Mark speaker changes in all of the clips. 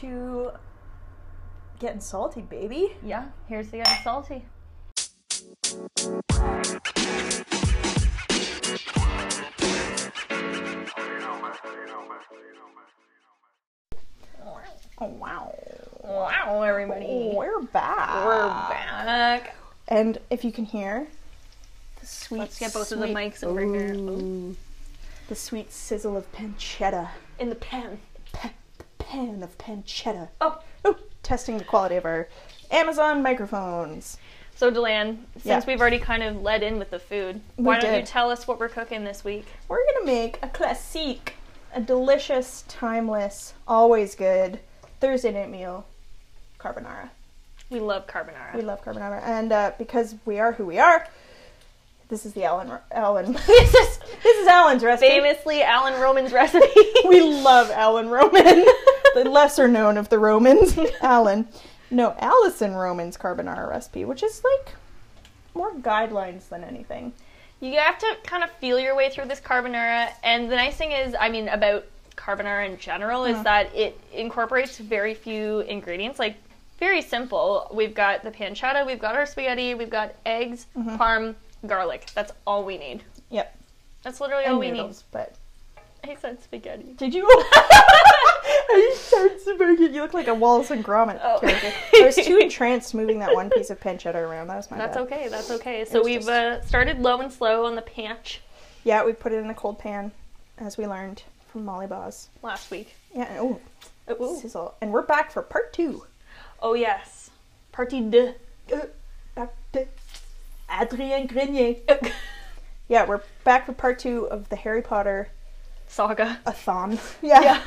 Speaker 1: to getting salty, baby.
Speaker 2: Yeah, here's the getting salty.
Speaker 1: Oh wow.
Speaker 2: Wow, everybody.
Speaker 1: We're back.
Speaker 2: We're back.
Speaker 1: And if you can hear the sweet
Speaker 2: Let's get both of the
Speaker 1: sweet-
Speaker 2: mics over here.
Speaker 1: Ooh. The sweet sizzle of pancetta.
Speaker 2: In the pen.
Speaker 1: Pa- pan of pancetta.
Speaker 2: Oh.
Speaker 1: Ooh, testing the quality of our Amazon microphones.
Speaker 2: So, Delan, since
Speaker 1: Yeah.
Speaker 2: we've already kind of led in with the food, why don't you
Speaker 1: did.
Speaker 2: tell us what we're cooking this week?
Speaker 1: We're gonna make a classique, a delicious, timeless, always good Thursday night meal, carbonara.
Speaker 2: We love carbonara.
Speaker 1: We love carbonara, and uh, because we are who we are, this is the Alan. Alan.
Speaker 2: this is
Speaker 1: this is Alan's recipe.
Speaker 2: famously Alan Roman's recipe.
Speaker 1: We love Alan Roman, the lesser known of the Romans. Alan, no, Allison Roman's carbonara recipe, which is like more guidelines than anything.
Speaker 2: you have to kind of feel your way through this carbonara, and the nice thing is, I mean, about carbonara in general is that it incorporates very few ingredients, like very simple. We've got the pancetta, we've got our spaghetti, we've got eggs, parm, garlic. That's all we need.
Speaker 1: Yep,
Speaker 2: That's literally
Speaker 1: and
Speaker 2: all we
Speaker 1: noodles. But
Speaker 2: need. I said spaghetti.
Speaker 1: did you? you sound so big. You look like a Wallace and Gromit
Speaker 2: Oh.
Speaker 1: character. I was too entranced moving that one piece of pancetta around. That was my
Speaker 2: That's
Speaker 1: bad.
Speaker 2: okay. That's okay. So
Speaker 1: was
Speaker 2: we've
Speaker 1: just-
Speaker 2: uh, started low and slow on the panch
Speaker 1: Yeah, we put it in a cold pan, as we learned from Molly Boz.
Speaker 2: last week.
Speaker 1: Yeah, and, oh,
Speaker 2: Ooh.
Speaker 1: sizzle. And we're back for part two.
Speaker 2: Oh yes, partie de.
Speaker 1: Uh, back to Adrien Grenier. Yeah, we're back for part two of the Harry Potter
Speaker 2: Saga.
Speaker 1: a thon. Yeah.
Speaker 2: Yeah.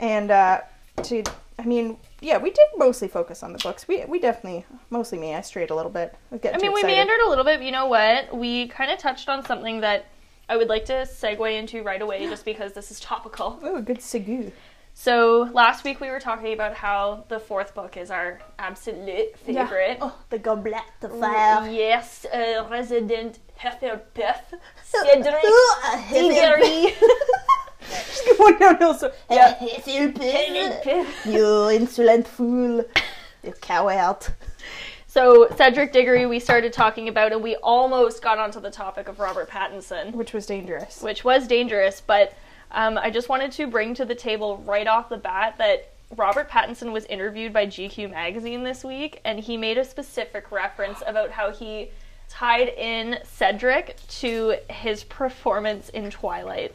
Speaker 1: And uh, to, I mean, yeah, we did mostly focus on the books. We we definitely, mostly me, I strayed a little bit. I, was
Speaker 2: I
Speaker 1: getting
Speaker 2: mean,
Speaker 1: too
Speaker 2: we
Speaker 1: excited.
Speaker 2: meandered a little bit. But you know what? We kind of touched on something that I would like to segue into right away, just because this is topical.
Speaker 1: Ooh, good segu.
Speaker 2: So last week we were talking about how the fourth book is our absolute favorite.
Speaker 1: Oh, the goblet de fire.
Speaker 2: Yes, uh, Resident Heffelpuff,
Speaker 1: Cedric
Speaker 2: Cedric Diggory.
Speaker 1: oh, no, no, so.
Speaker 2: Yeah.
Speaker 1: you insolent fool. You coward.
Speaker 2: So Cedric Diggory, we started talking about, and we almost got onto the topic of Robert Pattinson,
Speaker 1: Which was dangerous.
Speaker 2: which was dangerous. But um, I just wanted to bring to the table right off the bat that Robert Pattinson was interviewed by GQ magazine this week, and he made a specific reference about how he tied in Cedric to his performance in Twilight.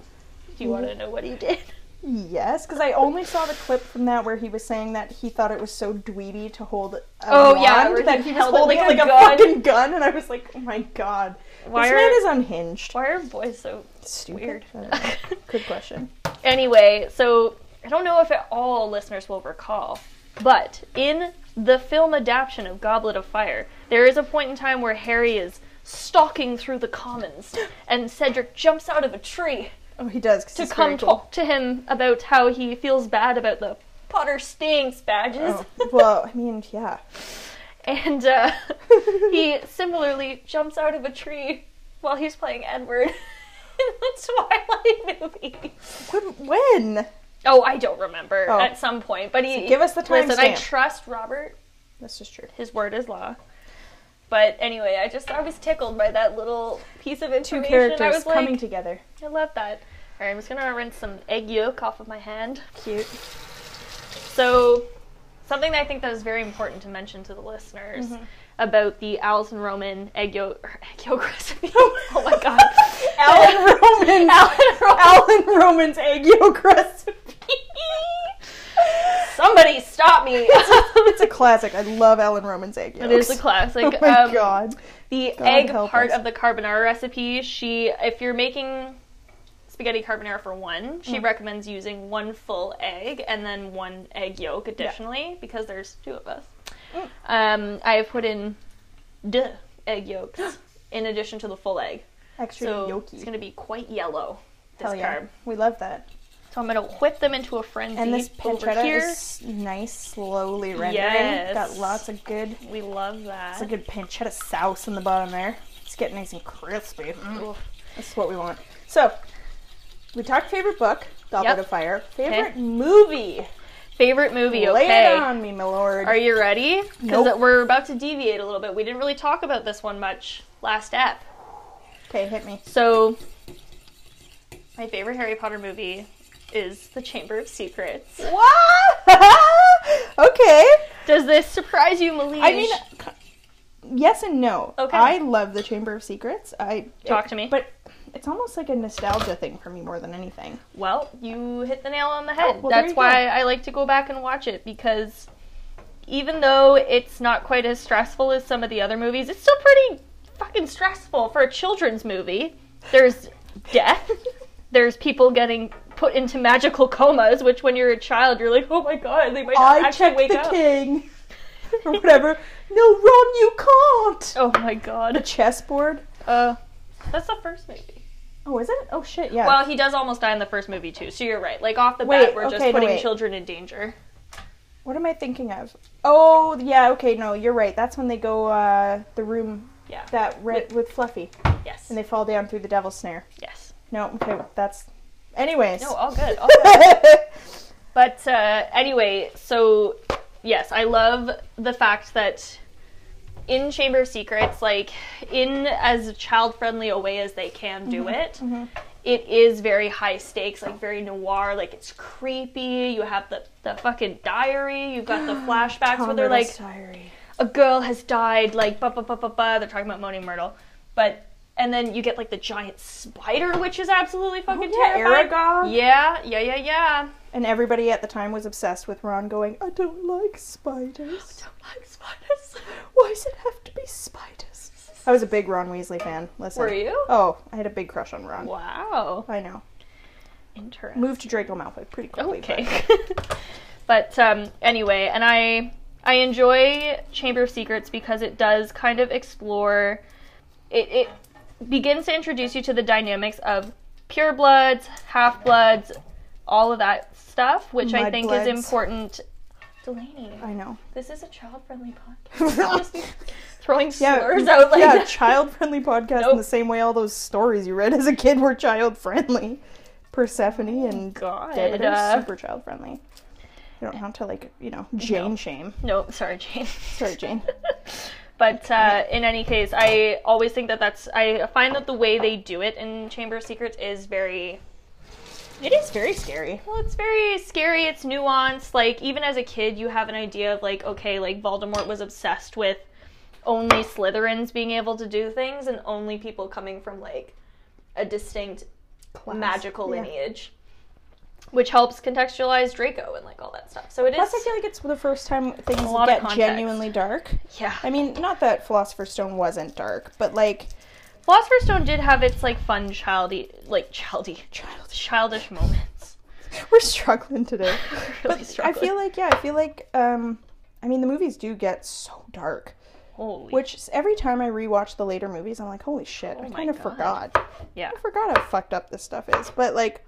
Speaker 2: Do you want to know what he did?
Speaker 1: Yes, because I only saw the clip from that where he was saying that he thought it was so dweeby to hold. A
Speaker 2: Oh, yeah,
Speaker 1: wand
Speaker 2: where he
Speaker 1: that he was
Speaker 2: held it
Speaker 1: holding
Speaker 2: like
Speaker 1: it
Speaker 2: a
Speaker 1: like a,
Speaker 2: gun.
Speaker 1: fucking gun, and I was like, oh my god,
Speaker 2: Why
Speaker 1: this
Speaker 2: are-
Speaker 1: man is unhinged.
Speaker 2: Why are boys so
Speaker 1: Stupid.
Speaker 2: weird?
Speaker 1: I don't know. Good question.
Speaker 2: Anyway, so I don't know if at all listeners will recall, but in the film adaptation of Goblet of Fire, there is a point in time where Harry is stalking through the commons and Cedric jumps out of a tree
Speaker 1: Oh, he does. 'cause
Speaker 2: to
Speaker 1: he's
Speaker 2: come
Speaker 1: very cool.
Speaker 2: talk to him about how he feels bad about the Potter stinks badges.
Speaker 1: Oh, well, I mean, yeah.
Speaker 2: And uh, he similarly jumps out of a tree while he's playing Edward in the Twilight movie.
Speaker 1: When? when?
Speaker 2: Oh, I don't remember
Speaker 1: Oh.
Speaker 2: at some point, but he
Speaker 1: So give us the
Speaker 2: Listen, I
Speaker 1: timestamp.
Speaker 2: trust Robert.
Speaker 1: This is true.
Speaker 2: His word is law. But anyway, I just I was tickled by that little piece of
Speaker 1: Two
Speaker 2: information. I
Speaker 1: characters
Speaker 2: was like,
Speaker 1: coming together.
Speaker 2: I love that. All right, I'm just gonna rinse some egg yolk off of my hand.
Speaker 1: Cute.
Speaker 2: So, something that I think that is very important to mention to the listeners
Speaker 1: Mm-hmm.
Speaker 2: about the Allison Roman egg yolk, egg yolk recipe. oh my god,
Speaker 1: Alan Roman's
Speaker 2: Alan Roman.
Speaker 1: Alan Roman's egg yolk recipe.
Speaker 2: Somebody stop me.
Speaker 1: It's a classic. I love Alan Roman's egg
Speaker 2: It
Speaker 1: yolks.
Speaker 2: is a classic.
Speaker 1: Oh my
Speaker 2: Um,
Speaker 1: god.
Speaker 2: The
Speaker 1: God
Speaker 2: egg
Speaker 1: help
Speaker 2: part
Speaker 1: us.
Speaker 2: of the carbonara recipe, she if you're making spaghetti carbonara for one, she
Speaker 1: Mm.
Speaker 2: recommends using one full egg and then one egg yolk additionally because there's two of us.
Speaker 1: Mm.
Speaker 2: Um, I have put in duh egg yolks in addition to the full egg.
Speaker 1: Extra
Speaker 2: so
Speaker 1: yolky.
Speaker 2: it's going to be quite yellow this
Speaker 1: Hell yeah.
Speaker 2: carb.
Speaker 1: We love that.
Speaker 2: So I'm going to whip them into a frenzy
Speaker 1: And this
Speaker 2: over
Speaker 1: pancetta
Speaker 2: here.
Speaker 1: is nice, slowly rendering.
Speaker 2: Yes.
Speaker 1: Got lots of good,
Speaker 2: We love that.
Speaker 1: it's a good pancetta sauce in the bottom there. It's getting nice and crispy. Mm.
Speaker 2: Oof.
Speaker 1: That's what we want. So, we talked favorite book, Goblet
Speaker 2: Yep.
Speaker 1: of Fire. Favorite movie.
Speaker 2: Favorite movie, okay?
Speaker 1: Lay it on me, my lord.
Speaker 2: Are you ready? Because
Speaker 1: Nope.
Speaker 2: we're about to deviate a little bit. We didn't really talk about this one much last app.
Speaker 1: okay, hit me.
Speaker 2: So, my favorite Harry Potter movie is The Chamber of Secrets.
Speaker 1: What? okay.
Speaker 2: Does this surprise you, Malish?
Speaker 1: I mean, yes and no.
Speaker 2: Okay.
Speaker 1: I love the Chamber of Secrets. I
Speaker 2: Talk to me.
Speaker 1: but it's almost like a nostalgia thing for me more than anything.
Speaker 2: well, you hit the nail on the head.
Speaker 1: Oh, well, there
Speaker 2: That's
Speaker 1: you go.
Speaker 2: why I like to go back and watch it because even though it's not quite as stressful as some of the other movies, it's still pretty fucking stressful for a children's movie. There's death. There's people getting put into magical comas, which when you're a child, you're like, oh my god, they might not
Speaker 1: I
Speaker 2: actually
Speaker 1: checked
Speaker 2: wake
Speaker 1: the
Speaker 2: up.
Speaker 1: king or whatever. no, Ron, you can't.
Speaker 2: Oh my god.
Speaker 1: Chessboard.
Speaker 2: Uh, that's the first movie.
Speaker 1: Oh, is it? Oh shit, yeah.
Speaker 2: Well, he does almost die in the first movie too, so you're right. Like off the
Speaker 1: Wait,
Speaker 2: bat, we're
Speaker 1: okay,
Speaker 2: just
Speaker 1: no,
Speaker 2: putting
Speaker 1: wait.
Speaker 2: children in danger.
Speaker 1: what am I thinking of? Oh yeah, okay, no, you're right. That's when they go uh the room
Speaker 2: Yeah.
Speaker 1: that red with Fluffy
Speaker 2: yes.
Speaker 1: and they fall down through the devil's snare.
Speaker 2: yes.
Speaker 1: No, okay, that's anyways.
Speaker 2: No, all good. All good. But uh, anyway, so yes, I love the fact that in Chamber of Secrets, like in as child friendly a way as they can do it, it is very high stakes, like very noir, like it's creepy. You have the, the fucking diary, you've got the flashbacks where they're like, a girl has died, like ba ba ba ba ba. They're talking about Moaning Myrtle, but and then you get like the giant spider, which is absolutely fucking
Speaker 1: Oh, yeah,
Speaker 2: terrifying.
Speaker 1: Aragog.
Speaker 2: Yeah, yeah, yeah, yeah.
Speaker 1: And everybody at the time was obsessed with Ron going, I don't like spiders.
Speaker 2: Don't like spiders.
Speaker 1: Why does it have to be spiders? I was a big Ron Weasley fan. Listen.
Speaker 2: Were you?
Speaker 1: Oh, I had a big crush on Ron.
Speaker 2: Wow,
Speaker 1: I know.
Speaker 2: interesting.
Speaker 1: Moved to Draco Malfoy pretty quickly.
Speaker 2: okay. but um, anyway, and I I enjoy Chamber of Secrets because it does kind of explore. It, it begins to introduce you to the dynamics of purebloods, half bloods, all of that stuff, which I think
Speaker 1: Mudbloods.
Speaker 2: is important. Delaney,
Speaker 1: but I know.
Speaker 2: this is a child-friendly podcast. Don't just be throwing
Speaker 1: Yeah,
Speaker 2: slurs out like
Speaker 1: yeah,
Speaker 2: that.
Speaker 1: child-friendly podcast in
Speaker 2: Nope.
Speaker 1: the same way all those stories you read as a kid were child-friendly. Persephone and
Speaker 2: God,
Speaker 1: David
Speaker 2: uh,
Speaker 1: are super child-friendly. You don't have to like, you know, Jane shame.
Speaker 2: No, sorry, Jane.
Speaker 1: Sorry, Jane.
Speaker 2: But uh, in any case, I always think that that's. I find that the way they do it in Chamber of Secrets is very.
Speaker 1: it is very scary.
Speaker 2: Well, it's very scary. It's nuanced. Like even as a kid, you have an idea of like, okay, like Voldemort was obsessed with only Slytherins being able to do things and only people coming from like a distinct magical
Speaker 1: Yeah.
Speaker 2: lineage, which helps contextualize Draco and like all that stuff. So it is.
Speaker 1: Plus, I feel like it's the first time things
Speaker 2: lot of
Speaker 1: get
Speaker 2: context.
Speaker 1: genuinely dark.
Speaker 2: yeah.
Speaker 1: I mean, not that Philosopher's Stone wasn't dark, but like,
Speaker 2: Philosopher's Stone did have its like fun childy like childy childish childish moments.
Speaker 1: we're struggling today.
Speaker 2: really
Speaker 1: I
Speaker 2: struggling.
Speaker 1: feel like, yeah, I feel like, um, I mean, the movies do get so dark,
Speaker 2: Holy
Speaker 1: which s- every time I rewatch the later movies, I'm like, holy shit, I
Speaker 2: Oh my
Speaker 1: kind of
Speaker 2: God.
Speaker 1: forgot.
Speaker 2: yeah.
Speaker 1: I forgot how fucked up this stuff is. But like,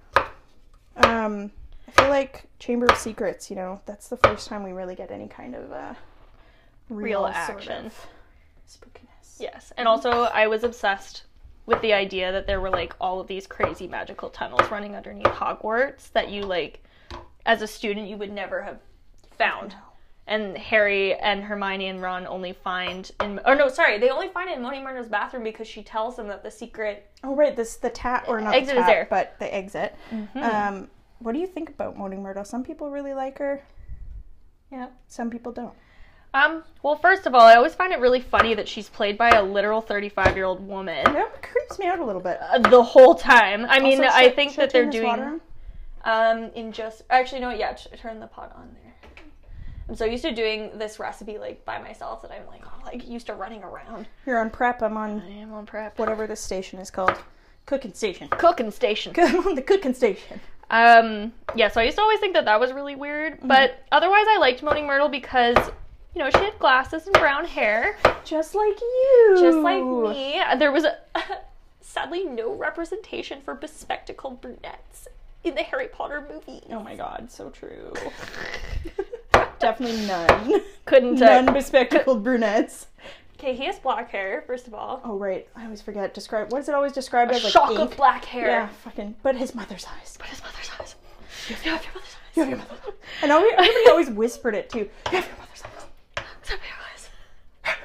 Speaker 1: um, I feel like Chamber of Secrets, you know, that's the first time we really get any kind of, uh,
Speaker 2: Real
Speaker 1: sort
Speaker 2: action.
Speaker 1: of spookiness.
Speaker 2: Yes. And also I was obsessed with the idea that there were like all of these crazy magical tunnels running underneath Hogwarts that you like as a student you would never have found. And Harry and Hermione and Ron only find in oh no, sorry, they only find it in Moni Myrna's bathroom because she tells them that the secret
Speaker 1: Oh right, this the tap or not
Speaker 2: Exit
Speaker 1: the
Speaker 2: is
Speaker 1: tap,
Speaker 2: there. Mm-hmm.
Speaker 1: but the exit. Um, what do you think about Moaning Myrtle? Some people really like her,
Speaker 2: Yeah.
Speaker 1: some people don't.
Speaker 2: Um, well, first of all, I always find it really funny that she's played by a literal 35 year old woman
Speaker 1: That creeps me out a little bit.
Speaker 2: uh, the whole time. I mean,
Speaker 1: Also,
Speaker 2: I
Speaker 1: should-
Speaker 2: think
Speaker 1: should I
Speaker 2: that they're
Speaker 1: turn this water
Speaker 2: doing
Speaker 1: on?
Speaker 2: um in just actually no, yeah, t- turn the pot on there. I'm so used to doing this recipe like by myself that I'm like oh, like used to running around.
Speaker 1: You're on prep. I'm on
Speaker 2: I am on prep. What
Speaker 1: whatever this station is called, cooking station.
Speaker 2: cooking station?
Speaker 1: I'm on the cooking station.
Speaker 2: Um, yeah, so I used to always think that that was really weird, but otherwise I liked Moaning Myrtle because you know she had glasses and brown hair.
Speaker 1: Just like you.
Speaker 2: just like me. There was a, sadly no representation for bespectacled brunettes in the Harry Potter movie.
Speaker 1: Oh my god, so true. Definitely none.
Speaker 2: Couldn't. uh,
Speaker 1: None bespectacled brunettes.
Speaker 2: okay, he has black hair. First of all,
Speaker 1: Oh right, I always forget. Describe what is it always described
Speaker 2: a
Speaker 1: as like
Speaker 2: shock
Speaker 1: ink?
Speaker 2: of black hair.
Speaker 1: Yeah, fucking. But his mother's eyes.
Speaker 2: But his mother's eyes. You have your mother's eyes.
Speaker 1: You have your mother's eyes. And always, everybody always whispered it too. You have your mother's eyes.
Speaker 2: Is that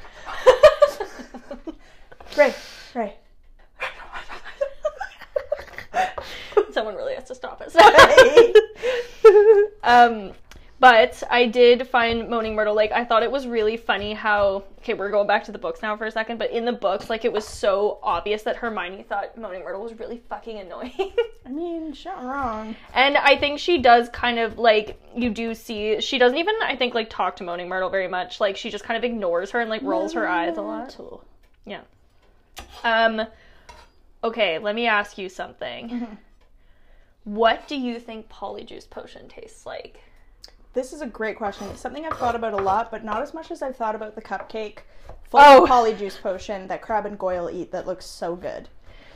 Speaker 2: what it was?
Speaker 1: Ray, Ray.
Speaker 2: Someone really has to stop us. um, but I did find Moaning Myrtle Lake. I thought it was really funny how. Okay, we're going back to the books now for a second, but in the books, like it was so obvious that Hermione thought Moaning Myrtle was really fucking annoying.
Speaker 1: I mean, she's not wrong.
Speaker 2: And I think she does kind of like you do see she doesn't even I think like talk to Moaning Myrtle very much. Like she just kind of ignores her and like rolls her eyes a lot. Yeah. Um okay, let me ask you
Speaker 1: Mm-hmm.
Speaker 2: something. what do you think polyjuice potion tastes like?
Speaker 1: This is a great question. It's something I've thought about a lot, but not as much as I've thought about the cupcake full
Speaker 2: Oh.
Speaker 1: of polyjuice potion that Crab and Goyle eat that looks so good.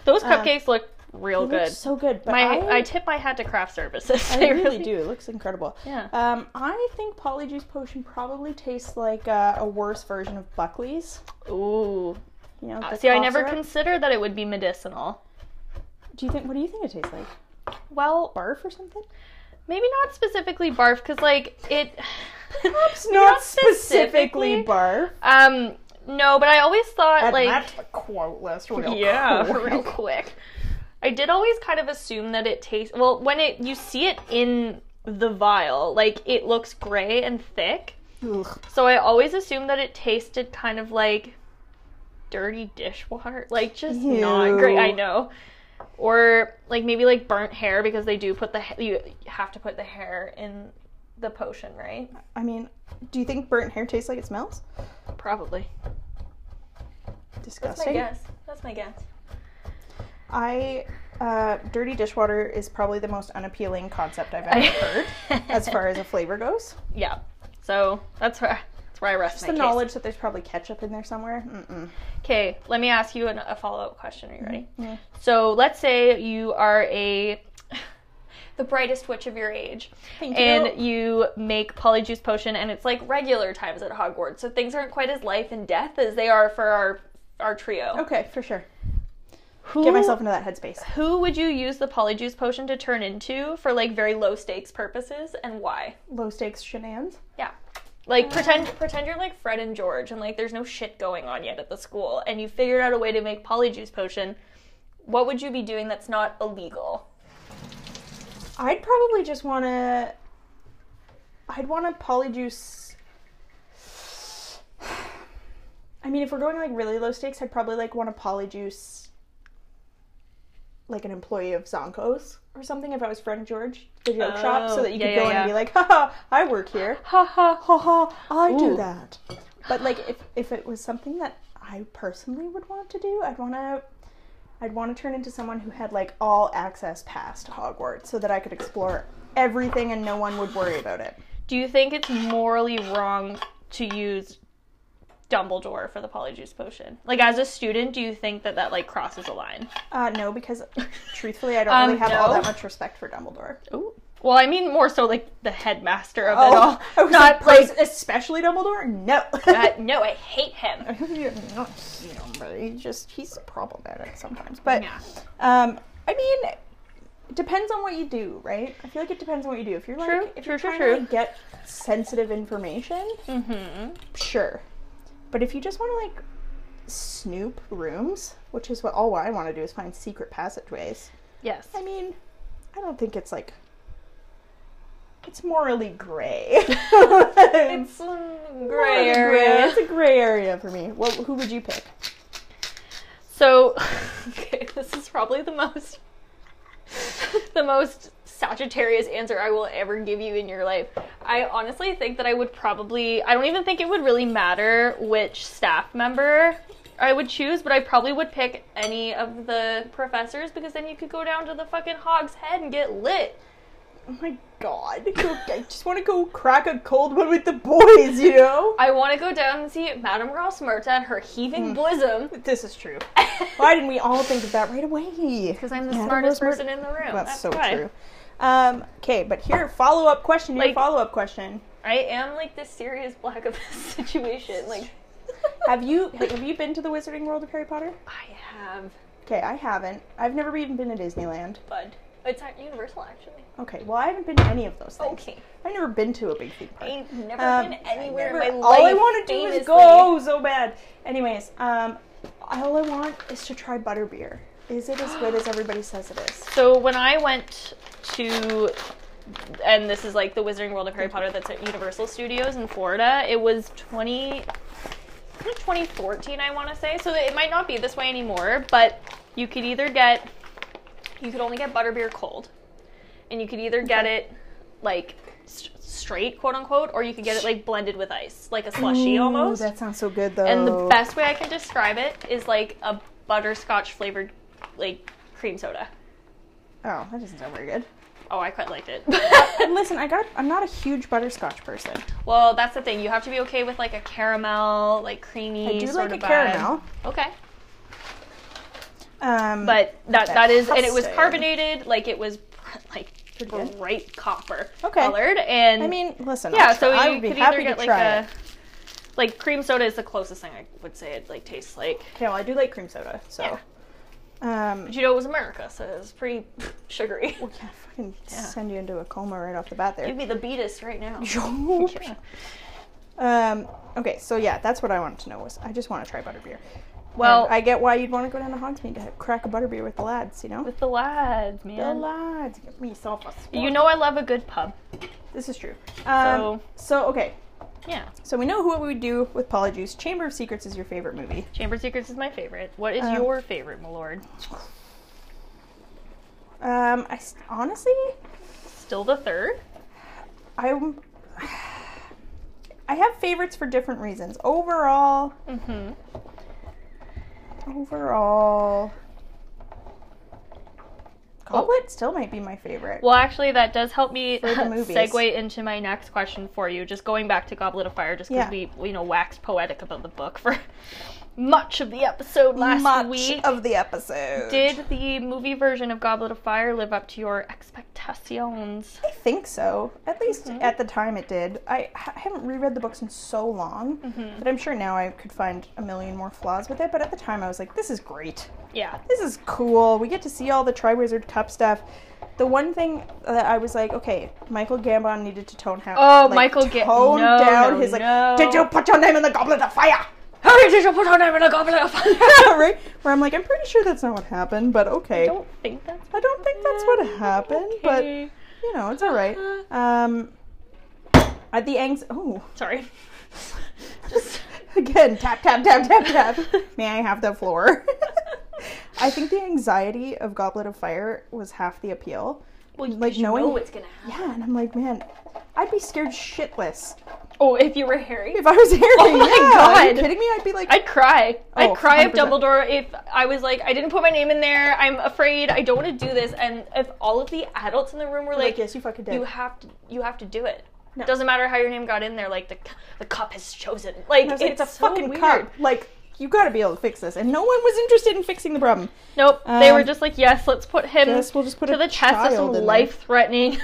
Speaker 2: Those cupcakes look real
Speaker 1: It looks
Speaker 2: good.
Speaker 1: Uh, so good. But
Speaker 2: my I,
Speaker 1: I,
Speaker 2: tip my hat to craft services.
Speaker 1: I
Speaker 2: They
Speaker 1: really do. It looks incredible.
Speaker 2: Yeah.
Speaker 1: Um, I think polyjuice potion probably tastes like uh, a worse version of Buckley's.
Speaker 2: Ooh.
Speaker 1: You know, Uh, the
Speaker 2: Uh, See, I
Speaker 1: cough
Speaker 2: never
Speaker 1: syrup.
Speaker 2: considered that it would be medicinal.
Speaker 1: Do you think? What do you think it tastes like?
Speaker 2: Well,
Speaker 1: Barf or something?
Speaker 2: maybe not specifically barf because like it
Speaker 1: Perhaps
Speaker 2: maybe
Speaker 1: not specifically barf.
Speaker 2: um no but i always thought like
Speaker 1: a quote list.
Speaker 2: yeah real quick i did always kind of assume that it tastes well when it you see it in the vial like it looks gray and thick
Speaker 1: Ugh.
Speaker 2: so i always assumed that it tasted kind of like dirty dishwater like just not great
Speaker 1: Ew.
Speaker 2: i know or like maybe like burnt hair because they do put the ha- you have to put the hair in the potion right
Speaker 1: I mean, do you think burnt hair tastes like it smells?
Speaker 2: probably That's my
Speaker 1: Disgusting.
Speaker 2: guess. That's my guess.
Speaker 1: I uh, dirty dishwater is probably the most unappealing concept I've ever heard as far as a flavor goes.
Speaker 2: yeah. So that's where that's where I rest
Speaker 1: Just the
Speaker 2: my case.
Speaker 1: knowledge that there's probably ketchup in there somewhere. Mm-mm.
Speaker 2: Okay, let me ask you an, a follow up question. Are you ready?
Speaker 1: Yeah.
Speaker 2: So let's say you are a the brightest witch of your age,
Speaker 1: Thank
Speaker 2: and you make polyjuice potion, and it's like regular times at Hogwarts, so things aren't quite as life and death as they are for our our trio.
Speaker 1: Okay, for sure.
Speaker 2: Oh, Who,
Speaker 1: Get myself into that headspace.
Speaker 2: Who would you use the polyjuice potion to turn into for like very low stakes purposes, and why?
Speaker 1: Low stakes shenanigans.
Speaker 2: Yeah. Like pretend pretend you're like Fred and George and like there's no shit going on yet at the school and you figured out a way to make polyjuice potion. What would you be doing that's not illegal?
Speaker 1: I'd probably just want to. I'd want to polyjuice. I mean, if we're going like really low stakes, I'd probably like want to polyjuice like an employee of Zonko's or something if I was friend George, the joke shop,
Speaker 2: Oh,
Speaker 1: so that you
Speaker 2: yeah,
Speaker 1: could
Speaker 2: yeah,
Speaker 1: go in
Speaker 2: yeah.
Speaker 1: and be like, haha, I work here.
Speaker 2: Ha ha.
Speaker 1: Haha, I
Speaker 2: Ooh.
Speaker 1: do that. But like if, if it was something that I personally would want to do, I'd want to I'd want to turn into someone who had like all access pass to Hogwarts so that I could explore everything and no one would worry about it.
Speaker 2: Do you think it's morally wrong to use Dumbledore for the polyjuice potion? Like as a student, do you think that that like crosses a line?
Speaker 1: Uh, no, because truthfully, I don't
Speaker 2: Um,
Speaker 1: really have all
Speaker 2: no.
Speaker 1: that much respect for Dumbledore.
Speaker 2: Oh. Well, I mean more so like the headmaster of it
Speaker 1: Oh,
Speaker 2: all.
Speaker 1: I was like,
Speaker 2: Not like
Speaker 1: "Pers- especially Dumbledore. No,
Speaker 2: uh, no, I hate him.
Speaker 1: You're not him, but he just he's problematic sometimes. But
Speaker 2: Yeah.
Speaker 1: Um, I mean, it depends on what you do, right? I feel like it depends on what you do. If you're like,
Speaker 2: True,
Speaker 1: if
Speaker 2: true,
Speaker 1: you're
Speaker 2: true,
Speaker 1: trying
Speaker 2: true.
Speaker 1: to like, get sensitive information,
Speaker 2: Mhm.
Speaker 1: sure. But if you just want to like snoop rooms, which is what all I want to do is find secret passageways.
Speaker 2: Yes.
Speaker 1: I mean, I don't think it's like it's morally gray. it's
Speaker 2: It's um,
Speaker 1: morally
Speaker 2: gray area.
Speaker 1: It's a gray area for me. Well, who would you pick?
Speaker 2: So, okay, this is probably the most the most Sagittarius answer I will ever give you in your life. I honestly think that I would probably I don't even think it would really matter which staff member I would choose, but I probably would pick any of the professors because then you could go down to the fucking hog's head and get lit.
Speaker 1: Oh my god. Go- I just want to go crack a cold one with the boys, you know?
Speaker 2: I want to go down and see Madame Ross Murta and her heaving bosom
Speaker 1: This is true. Hmm. Why didn't we all think of that right away?
Speaker 2: because I'm the
Speaker 1: Madame
Speaker 2: smartest
Speaker 1: Rosemary-
Speaker 2: person in the room.
Speaker 1: That's, so
Speaker 2: why.
Speaker 1: true. Um, okay, but here, follow up question. Your
Speaker 2: Like-
Speaker 1: follow up question.
Speaker 2: I am like the serious black of this situation. Like
Speaker 1: Have you have you been to the Wizarding World of Harry Potter?
Speaker 2: I have
Speaker 1: Okay, I haven't. I've never even been to Disneyland.
Speaker 2: bud. It's at Universal, actually.
Speaker 1: Okay, well, I haven't been to any of those things.
Speaker 2: Okay.
Speaker 1: I've never been to a big theme park.
Speaker 2: I've never
Speaker 1: Um,
Speaker 2: been anywhere
Speaker 1: never-
Speaker 2: in my life.
Speaker 1: All I want to do
Speaker 2: famously.
Speaker 1: is go so bad. Anyways, um, all I want is to try butterbeer. Is it as good as everybody says it is?
Speaker 2: So when I went to, and this is like the Wizarding World of Harry Potter that's at Universal Studios in Florida, it was 20, I think 2014, I want to say. So it might not be this way anymore, but you could either get, you could only get butterbeer cold, and you could either get it like s- straight, quote unquote, or you could get it like blended with ice, like a slushy almost.
Speaker 1: Ooh, that sounds so good though.
Speaker 2: And the best way I can describe it is like a butterscotch flavored like cream soda.
Speaker 1: Oh, that doesn't sound very good.
Speaker 2: Oh, I quite liked it.
Speaker 1: And listen, I got. I'm not a huge butterscotch person.
Speaker 2: well, that's the thing. You have to be okay with like a caramel, like creamy.
Speaker 1: I do like
Speaker 2: sort
Speaker 1: a
Speaker 2: of vibe.
Speaker 1: caramel.
Speaker 2: Okay,
Speaker 1: Um,
Speaker 2: but
Speaker 1: that
Speaker 2: that that is, and it was
Speaker 1: custard.
Speaker 2: carbonated. Like it was like
Speaker 1: good.
Speaker 2: bright copper
Speaker 1: Okay.
Speaker 2: colored, and
Speaker 1: I mean, listen.
Speaker 2: yeah.
Speaker 1: I'll
Speaker 2: So
Speaker 1: try- I
Speaker 2: you
Speaker 1: would be
Speaker 2: could
Speaker 1: happy
Speaker 2: either get
Speaker 1: to
Speaker 2: like
Speaker 1: try
Speaker 2: a
Speaker 1: it.
Speaker 2: like cream soda is the closest thing I would say it like tastes like.
Speaker 1: Okay, well, I do like cream soda, so. Um,
Speaker 2: But you know, it was America, so it was pretty sugary.
Speaker 1: we can't fucking send you into a coma right off the bat there.
Speaker 2: Give me the beatus right now.
Speaker 1: Yeah. Um, okay, so yeah, that's what I wanted to know was I just want to try butterbeer.
Speaker 2: Well-
Speaker 1: And I get why you'd want to go down to Hogsmeade to crack a butterbeer with the lads, you know?
Speaker 2: With the lads, man.
Speaker 1: the lads, get myself a swap.
Speaker 2: You know I love a good pub.
Speaker 1: this is true. Um, so,
Speaker 2: So-
Speaker 1: okay,
Speaker 2: Yeah.
Speaker 1: so we know what we do with Polyjuice. Chamber of Secrets is your favorite movie.
Speaker 2: Chamber Secrets is my favorite. What is
Speaker 1: Um,
Speaker 2: your favorite, my lord?
Speaker 1: Um, I s- honestly,
Speaker 2: Still the third?
Speaker 1: I'm. I have favorites for different reasons. Overall,
Speaker 2: Mm-hmm.
Speaker 1: overall, Goblet still might be my favorite.
Speaker 2: Well, actually, that does help me
Speaker 1: For the movies.
Speaker 2: segue into my next question for you. Just going back to Goblet of Fire, just
Speaker 1: Yeah.
Speaker 2: because we, we, you know, waxed poetic about the book for much of the episode last
Speaker 1: much
Speaker 2: week.
Speaker 1: of the episode.
Speaker 2: Did the movie version of Goblet of Fire live up to your expectations?
Speaker 1: I think so. At least
Speaker 2: Mm-hmm.
Speaker 1: at the time it did. I, I haven't reread the books in so long
Speaker 2: Mm-hmm.
Speaker 1: that I'm sure now I could find a million more flaws with it. But at the time I was like, this is great.
Speaker 2: Yeah.
Speaker 1: This is cool. We get to see all the Triwizard Cup stuff. The one thing that I was like, okay, Michael Gambon needed to tone down.
Speaker 2: Oh,
Speaker 1: like,
Speaker 2: Michael Ga-
Speaker 1: tone
Speaker 2: no,
Speaker 1: down
Speaker 2: no,
Speaker 1: his like,
Speaker 2: no.
Speaker 1: did you put your name in the Goblet of Fire?
Speaker 2: How did you put on him in a Goblet of Fire?
Speaker 1: right? Where I'm like, I'm pretty sure that's not what happened, but okay.
Speaker 2: I don't think that's
Speaker 1: I don't think that's what happened, but
Speaker 2: Okay.
Speaker 1: you know, it's all right. Um, at the angst. Oh,
Speaker 2: Sorry. Just
Speaker 1: again, tap tap tap tap tap. May I have the floor? I think the anxiety of Goblet of Fire was half the appeal.
Speaker 2: well, you,
Speaker 1: Like,
Speaker 2: like you
Speaker 1: knowing-
Speaker 2: know what's gonna happen.
Speaker 1: Yeah, and I'm like, man, I'd be scared shitless
Speaker 2: Oh, if you were Harry,
Speaker 1: if I was Harry.
Speaker 2: Oh my
Speaker 1: yeah, Are you
Speaker 2: God.
Speaker 1: kidding me? I'd be like,
Speaker 2: I'd cry.
Speaker 1: Oh,
Speaker 2: I'd cry if
Speaker 1: 100%.
Speaker 2: Dumbledore if I was like, I didn't put my name in there. I'm afraid. I don't want to do this. And if all of the adults in the room were
Speaker 1: like,
Speaker 2: like,
Speaker 1: yes, you fucking did.
Speaker 2: you have to, you have to do it.
Speaker 1: No.
Speaker 2: Doesn't matter how your name got in there. Like the c- the cup has chosen. Like,
Speaker 1: And I was
Speaker 2: it's,
Speaker 1: like, it's a
Speaker 2: so
Speaker 1: fucking
Speaker 2: weird.
Speaker 1: cup. Like, you got to be able to fix this, and no one was interested in fixing the problem.
Speaker 2: Nope. they were
Speaker 1: Um,
Speaker 2: just like, yes, let's put him
Speaker 1: Yes, we'll just put
Speaker 2: to
Speaker 1: a
Speaker 2: the test of
Speaker 1: child in
Speaker 2: some
Speaker 1: there.
Speaker 2: life threatening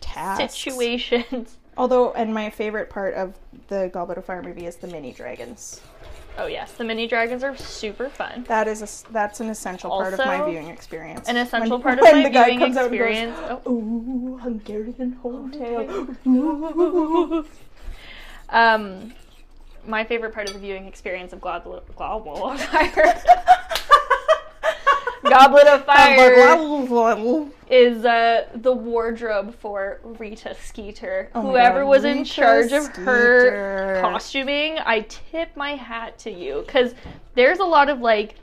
Speaker 1: Tasks.
Speaker 2: situations.
Speaker 1: Although, and my favorite part of the Goblet of Fire movie is the mini dragons.
Speaker 2: Oh yes, the mini dragons are super fun.
Speaker 1: That is a s that's an essential part of my
Speaker 2: Also,
Speaker 1: viewing experience.
Speaker 2: an
Speaker 1: When-
Speaker 2: essential part of
Speaker 1: when
Speaker 2: my
Speaker 1: the guy
Speaker 2: viewing
Speaker 1: comes out and goes,
Speaker 2: experience. Oh.
Speaker 1: Ooh, Hungarian hotel.
Speaker 2: Um, my favorite part of the viewing experience of Goblet, Goblet of Fire, Goblet of Fire is uh, the wardrobe for Rita Skeeter.
Speaker 1: Oh my
Speaker 2: Whoever
Speaker 1: God,
Speaker 2: was in
Speaker 1: Rita
Speaker 2: charge of
Speaker 1: Skeeter.
Speaker 2: her costuming, I tip my hat to you because there's a lot of like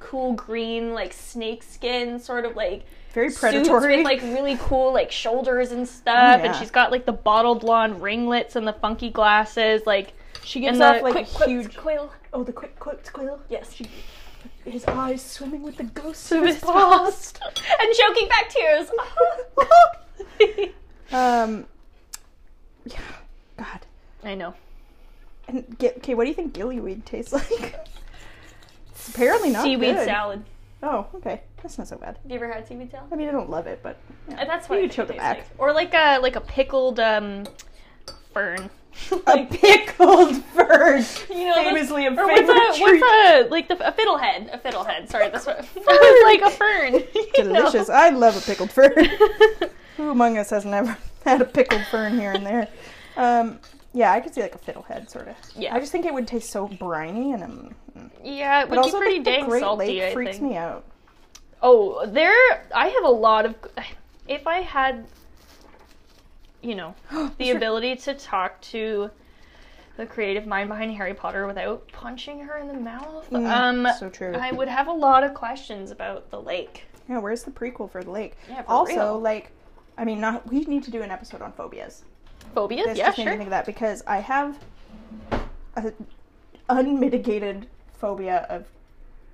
Speaker 2: cool green, like snakeskin sort of like
Speaker 1: Very
Speaker 2: suits
Speaker 1: predatory.
Speaker 2: with like really cool like shoulders and stuff,
Speaker 1: Oh, yeah.
Speaker 2: and she's got like the bottled blonde ringlets and the funky glasses, like
Speaker 1: she gives
Speaker 2: and the
Speaker 1: off like
Speaker 2: quick,
Speaker 1: a huge.
Speaker 2: quick quill.
Speaker 1: oh, the quick quick squill.
Speaker 2: Yes, she
Speaker 1: His eyes swimming with the ghosts of
Speaker 2: was
Speaker 1: his past.
Speaker 2: paused and choking back tears.
Speaker 1: um. Yeah. God.
Speaker 2: I know.
Speaker 1: And get, okay, what do you think gillyweed tastes like? Apparently not
Speaker 2: seaweed
Speaker 1: good.
Speaker 2: salad.
Speaker 1: Oh, okay, that's not so bad.
Speaker 2: Have you ever had seaweed salad?
Speaker 1: I mean, I don't love it, but yeah.
Speaker 2: Uh, That's what
Speaker 1: You
Speaker 2: I think
Speaker 1: choke
Speaker 2: it
Speaker 1: it
Speaker 2: tastes
Speaker 1: back.
Speaker 2: like. Or like a like a pickled um, fern.
Speaker 1: a pickled bird.
Speaker 2: You know,
Speaker 1: famously a
Speaker 2: or what's
Speaker 1: favorite
Speaker 2: a,
Speaker 1: treat.
Speaker 2: what's a like the a fiddlehead? A fiddlehead. Sorry, that's what. I was like a fern. you know?
Speaker 1: Delicious. I love a pickled fern. Who among us has never had a pickled fern here and there? Um, yeah, I could see like a fiddlehead sort of.
Speaker 2: Yeah.
Speaker 1: I just think it would taste so briny and um, mm.
Speaker 2: yeah, it
Speaker 1: but
Speaker 2: would be
Speaker 1: also
Speaker 2: pretty
Speaker 1: like, the
Speaker 2: dang
Speaker 1: Great
Speaker 2: salty.
Speaker 1: Lake
Speaker 2: I
Speaker 1: freaks
Speaker 2: think.
Speaker 1: me out.
Speaker 2: Oh, there. I have a lot of. If I had, you know, the
Speaker 1: Sure.
Speaker 2: ability to talk to the creative mind behind Harry Potter without punching her in the mouth, um,
Speaker 1: Mm, so true.
Speaker 2: I would have a lot of questions about the lake.
Speaker 1: Yeah, where's the prequel for the lake?
Speaker 2: Yeah, for
Speaker 1: also,
Speaker 2: real.
Speaker 1: like, I mean, not we need to do an episode on phobias.
Speaker 2: Phobias?
Speaker 1: This
Speaker 2: yeah,
Speaker 1: just made me
Speaker 2: sure.
Speaker 1: think of that because I have a unmitigated phobia of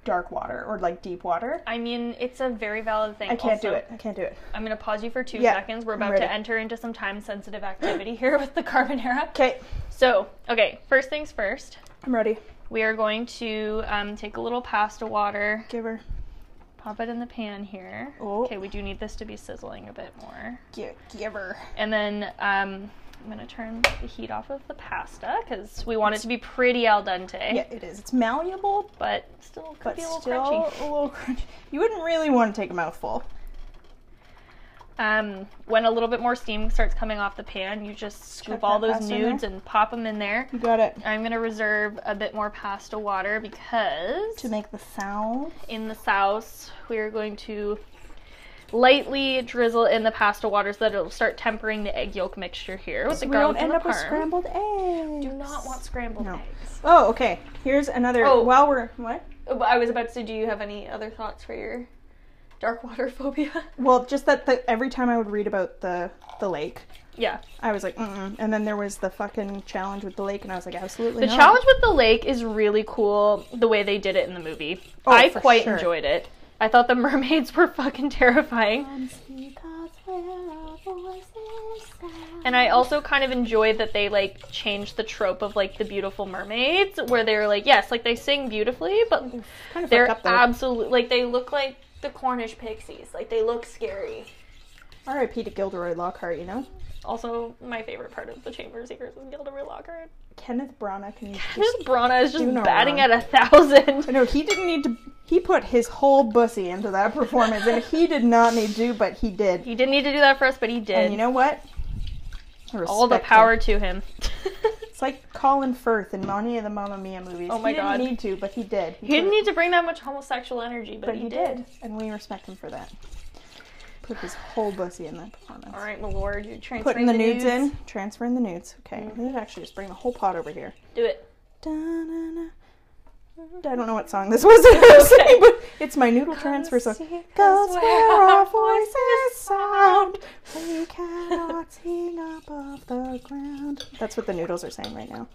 Speaker 1: dark water or like deep water.
Speaker 2: I mean, it's a very valid thing.
Speaker 1: I can't do
Speaker 2: Also,
Speaker 1: it. I can't do it.
Speaker 2: I'm going to pause you for two
Speaker 1: Yeah,
Speaker 2: seconds. We're
Speaker 1: I'm
Speaker 2: about
Speaker 1: ready.
Speaker 2: to enter into some time sensitive activity here with the Carbonara.
Speaker 1: Okay,
Speaker 2: So, okay, first things first.
Speaker 1: I'm ready.
Speaker 2: We are going to um, take a little pasta water.
Speaker 1: Give her.
Speaker 2: Pop it in the pan here.
Speaker 1: Oh.
Speaker 2: Okay, we do need this to be sizzling a bit more.
Speaker 1: Give, give her.
Speaker 2: And then um, I'm gonna turn the heat off of the pasta because we want it to be pretty al dente,
Speaker 1: Yeah, it is. It's malleable,
Speaker 2: but still could
Speaker 1: but
Speaker 2: be a little
Speaker 1: still
Speaker 2: crunchy.
Speaker 1: a little crunchy. You wouldn't really want to take a mouthful.
Speaker 2: Um, when a little bit more steam starts coming off the pan, you just scoop
Speaker 1: Chuck
Speaker 2: all
Speaker 1: that
Speaker 2: those
Speaker 1: pasta in there.
Speaker 2: nudes and pop them in there.
Speaker 1: You got it.
Speaker 2: I'm gonna reserve a bit more pasta water because
Speaker 1: To make the sound.
Speaker 2: in the sauce, we are going to lightly drizzle in the pasta water so that it'll start tempering the egg yolk mixture here with the
Speaker 1: we
Speaker 2: garlic
Speaker 1: don't end
Speaker 2: and
Speaker 1: up
Speaker 2: the
Speaker 1: with
Speaker 2: parm.
Speaker 1: scrambled eggs.
Speaker 2: Do not want scrambled
Speaker 1: No.
Speaker 2: eggs.
Speaker 1: Oh, okay. Here's another.
Speaker 2: Oh.
Speaker 1: While we're what?
Speaker 2: But I was about to say, do you have any other thoughts for your dark water phobia?
Speaker 1: Well, just that the, every time I would read about the the lake,
Speaker 2: Yeah.
Speaker 1: I was like, mm. And then there was the fucking challenge with the lake, and I was like, absolutely.
Speaker 2: The
Speaker 1: not.
Speaker 2: challenge with the lake is really cool the way they did it in the movie.
Speaker 1: Oh,
Speaker 2: I
Speaker 1: for
Speaker 2: quite
Speaker 1: sure.
Speaker 2: enjoyed it. I thought the mermaids were fucking terrifying. And I also kind of enjoyed that they like changed the trope of like the beautiful mermaids where they're like, yes, like they sing beautifully, but
Speaker 1: kind of
Speaker 2: they're
Speaker 1: fucked up though.
Speaker 2: absolutely like they look like the Cornish pixies. Like they look scary.
Speaker 1: R.I.P. to Gilderoy Lockhart. You know,
Speaker 2: Also, my favorite part of the Chamber of Secrets is Gilderoy Lockhart.
Speaker 1: Kenneth Branagh. Can you just?
Speaker 2: Just Brana is just
Speaker 1: do no
Speaker 2: batting
Speaker 1: wrong.
Speaker 2: at a thousand.
Speaker 1: No, he didn't need to. He put his whole bussy into that performance, and he did not need to, but he did.
Speaker 2: He didn't need to do that for us, but he did.
Speaker 1: And you know what? I
Speaker 2: All the
Speaker 1: respect him.
Speaker 2: power to him.
Speaker 1: It's like Colin Firth in any of the Mamma Mia movies.
Speaker 2: Oh my
Speaker 1: he
Speaker 2: God.
Speaker 1: didn't need to, but he did.
Speaker 2: he didn't
Speaker 1: put-
Speaker 2: need to bring that much homosexual energy, but,
Speaker 1: but
Speaker 2: he, did.
Speaker 1: and we respect him for that. Put his whole bussy in that performance.
Speaker 2: All right, my lord, you're transferring
Speaker 1: Putting
Speaker 2: Mm-hmm.
Speaker 1: the nudes in, transferring the nudes. Okay, we need to actually just bring the whole pot over here.
Speaker 2: Do it.
Speaker 1: Da-na-na. I don't know what song this was, that I was singing, but it's my noodle transfer song. Goes where our voices sound, we cannot sing above the ground. That's what the noodles are saying right now.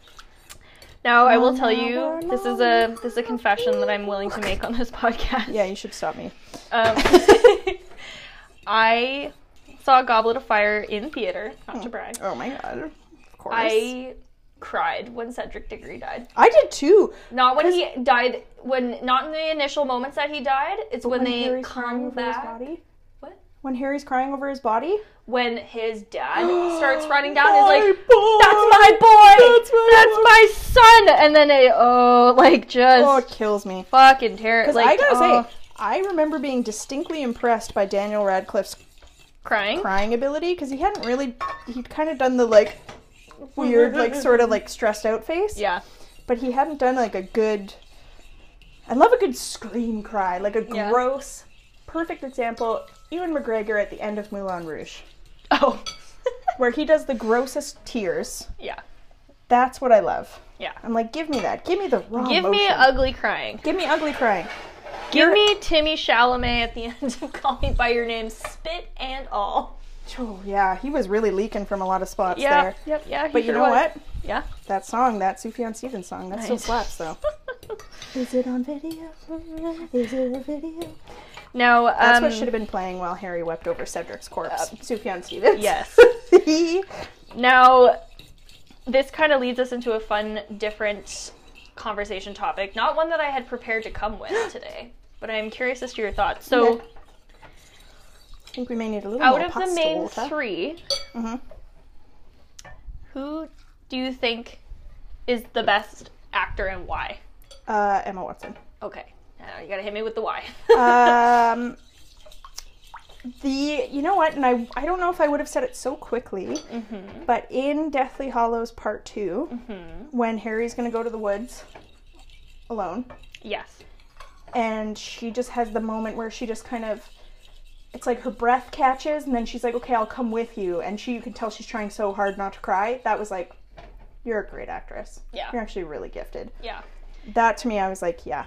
Speaker 2: Now I will
Speaker 1: No,
Speaker 2: tell
Speaker 1: no,
Speaker 2: you
Speaker 1: we're
Speaker 2: this is
Speaker 1: not
Speaker 2: a this is a confession that I'm willing to make on this podcast.
Speaker 1: Yeah, you should stop me.
Speaker 2: Um, I saw Goblet of Fire in theater, not to brag.
Speaker 1: Oh my god. Of course.
Speaker 2: I cried when Cedric Diggory died.
Speaker 1: I did too.
Speaker 2: Not when he died. When not in the initial moments that he died. It's when,
Speaker 1: When
Speaker 2: they
Speaker 1: Harry's crying
Speaker 2: come
Speaker 1: over his
Speaker 2: back.
Speaker 1: body.
Speaker 2: What?
Speaker 1: When Harry's crying over his body.
Speaker 2: When his dad starts running down, is like,
Speaker 1: boy!
Speaker 2: "That's my boy.
Speaker 1: That's my
Speaker 2: That's
Speaker 1: boy!"
Speaker 2: my son." And then it, oh, like just
Speaker 1: Oh, it kills me.
Speaker 2: fucking terrible.
Speaker 1: Because
Speaker 2: Like,
Speaker 1: I gotta
Speaker 2: oh,
Speaker 1: say, I remember being distinctly impressed by Daniel Radcliffe's
Speaker 2: crying.
Speaker 1: crying ability because he hadn't really, he'd kind of done the like weird, like sort of like stressed out face,
Speaker 2: Yeah,
Speaker 1: but he hadn't done like a good. I love a good scream cry, like a
Speaker 2: Yeah.
Speaker 1: gross, perfect example. Ewan McGregor at the end of Moulin Rouge,
Speaker 2: Oh,
Speaker 1: where he does the grossest tears.
Speaker 2: yeah,
Speaker 1: That's what I love.
Speaker 2: yeah.
Speaker 1: I'm like, give me that. Give me the raw
Speaker 2: Give me
Speaker 1: emotion.
Speaker 2: ugly crying.
Speaker 1: give me ugly crying.
Speaker 2: Give me Timmy Chalamet at the end of Call Me by Your Name, spit and all.
Speaker 1: Oh yeah, he was really leaking from a lot of spots
Speaker 2: Yeah,
Speaker 1: there.
Speaker 2: yep, yeah. he
Speaker 1: But you
Speaker 2: sure
Speaker 1: know
Speaker 2: was.
Speaker 1: what?
Speaker 2: Yeah.
Speaker 1: That song, that Sufjan Stevens song, that still slaps though. Is it on video? Is it a video?
Speaker 2: now, um,
Speaker 1: That's what should have been playing while Harry wept over Cedric's corpse. Sufjan Stevens.
Speaker 2: yes.
Speaker 1: He-
Speaker 2: Now, this kind of leads us into a fun, different conversation topic. Not one that I had prepared to come with today, but I'm curious as to your thoughts. So,
Speaker 1: Okay. I think we may need a little
Speaker 2: out
Speaker 1: more Mm-hmm.
Speaker 2: of the main
Speaker 1: pasta water.
Speaker 2: three,
Speaker 1: Mhm.
Speaker 2: who do you think is the best actor and why?
Speaker 1: Uh, Emma Watson.
Speaker 2: Okay, now you gotta hit me with the why.
Speaker 1: um, the you know what, and I I don't know if I would have said it so quickly,
Speaker 2: Mm-hmm.
Speaker 1: but in Deathly Hollows Part 2 when Harry's gonna go to the woods alone,
Speaker 2: yes.
Speaker 1: and she just has the moment where she just kind of it's like her breath catches and then she's like okay i'll come with you and she you can tell she's trying so hard not to cry that was like you're a great actress
Speaker 2: Yeah.
Speaker 1: you're actually really gifted
Speaker 2: Yeah.
Speaker 1: that to me i was like yeah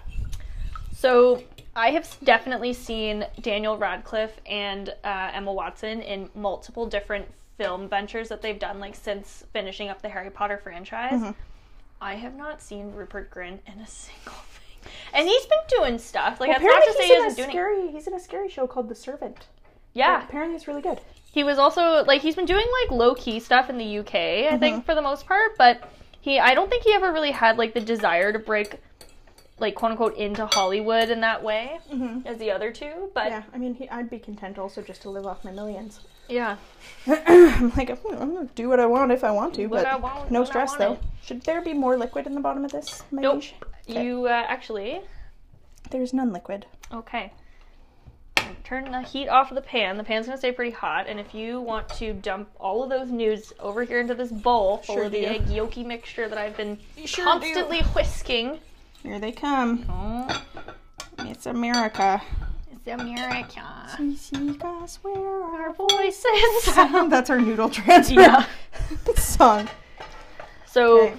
Speaker 2: So I have s- definitely seen Daniel Radcliffe and uh, Emma Watson in multiple different film ventures that they've done, like since finishing up the Harry Potter franchise.
Speaker 1: Mm-hmm.
Speaker 2: I have not seen Rupert Grint in a single thing, and he's been doing stuff. Like that's not to
Speaker 1: apparently he's
Speaker 2: say he
Speaker 1: in a
Speaker 2: isn't doing. it.
Speaker 1: scary he's in a scary show called the servant
Speaker 2: Yeah,
Speaker 1: apparently it's really good
Speaker 2: he was also like he's been doing like low key stuff in the UK, I
Speaker 1: Mm-hmm.
Speaker 2: think for the most part, but he I don't think he ever really had like the desire to break like quote unquote into Hollywood in that way
Speaker 1: Mm-hmm.
Speaker 2: as the other two, but
Speaker 1: yeah i mean he, i'd be content also just to live off my millions
Speaker 2: yeah.
Speaker 1: i'm like i'm gonna- I'm gonna do what i want if i want to
Speaker 2: What
Speaker 1: but
Speaker 2: I want
Speaker 1: no
Speaker 2: when I
Speaker 1: stress
Speaker 2: want
Speaker 1: though
Speaker 2: it.
Speaker 1: should there be more liquid in the bottom of this my
Speaker 2: Nope.
Speaker 1: liege?
Speaker 2: You uh, actually
Speaker 1: there's none liquid
Speaker 2: okay. Turn the heat off of the pan. The pan's gonna stay pretty hot, and if you want to dump all of those nudes over here into this bowl full
Speaker 1: Sure
Speaker 2: of the
Speaker 1: do.
Speaker 2: egg yolky mixture that I've been
Speaker 1: sure do.
Speaker 2: constantly whisking,
Speaker 1: here they come
Speaker 2: oh,
Speaker 1: it's america
Speaker 2: it's America.
Speaker 1: We seek us where our
Speaker 2: Voices.
Speaker 1: That's our noodle transfer
Speaker 2: Yeah.
Speaker 1: song.
Speaker 2: So,
Speaker 1: Okay.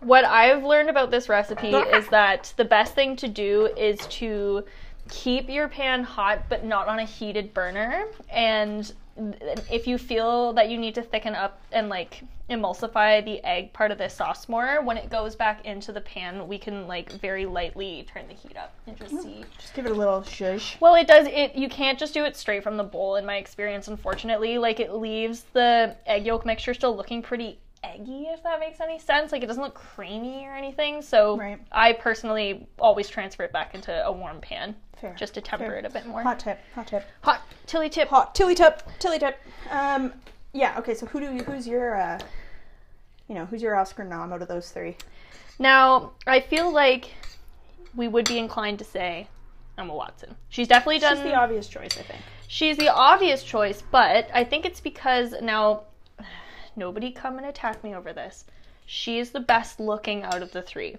Speaker 2: what I've learned about this recipe is that the best thing to do is to keep your pan hot but not on a heated burner. And th- if you feel that you need to thicken up and like emulsify the egg part of the sauce more, when it goes back into the pan, we can like very lightly turn the heat up and just see.
Speaker 1: Just give it a little shush.
Speaker 2: Well, it does. It you can't just do it straight from the bowl. In my experience, unfortunately, like it leaves the egg yolk mixture still looking pretty eggy. If that makes any sense, like it doesn't look creamy or anything. So
Speaker 1: Right.
Speaker 2: I personally always transfer it back into a warm pan
Speaker 1: Fair.
Speaker 2: just to temper
Speaker 1: Fair.
Speaker 2: it a bit more.
Speaker 1: Hot tip. Hot tip.
Speaker 2: Hot tilly tip.
Speaker 1: Hot tilly tip. Tilly tip. Um. Yeah. Okay. So who do you, who's your uh, you know, who's your Oscar nom out of those three?
Speaker 2: Now I feel like we would be inclined to say Emma Watson. She's definitely done.
Speaker 1: She's the obvious choice, I think.
Speaker 2: She's the obvious choice, but I think it's because now nobody come and attack me over this. She is the best looking out of the three.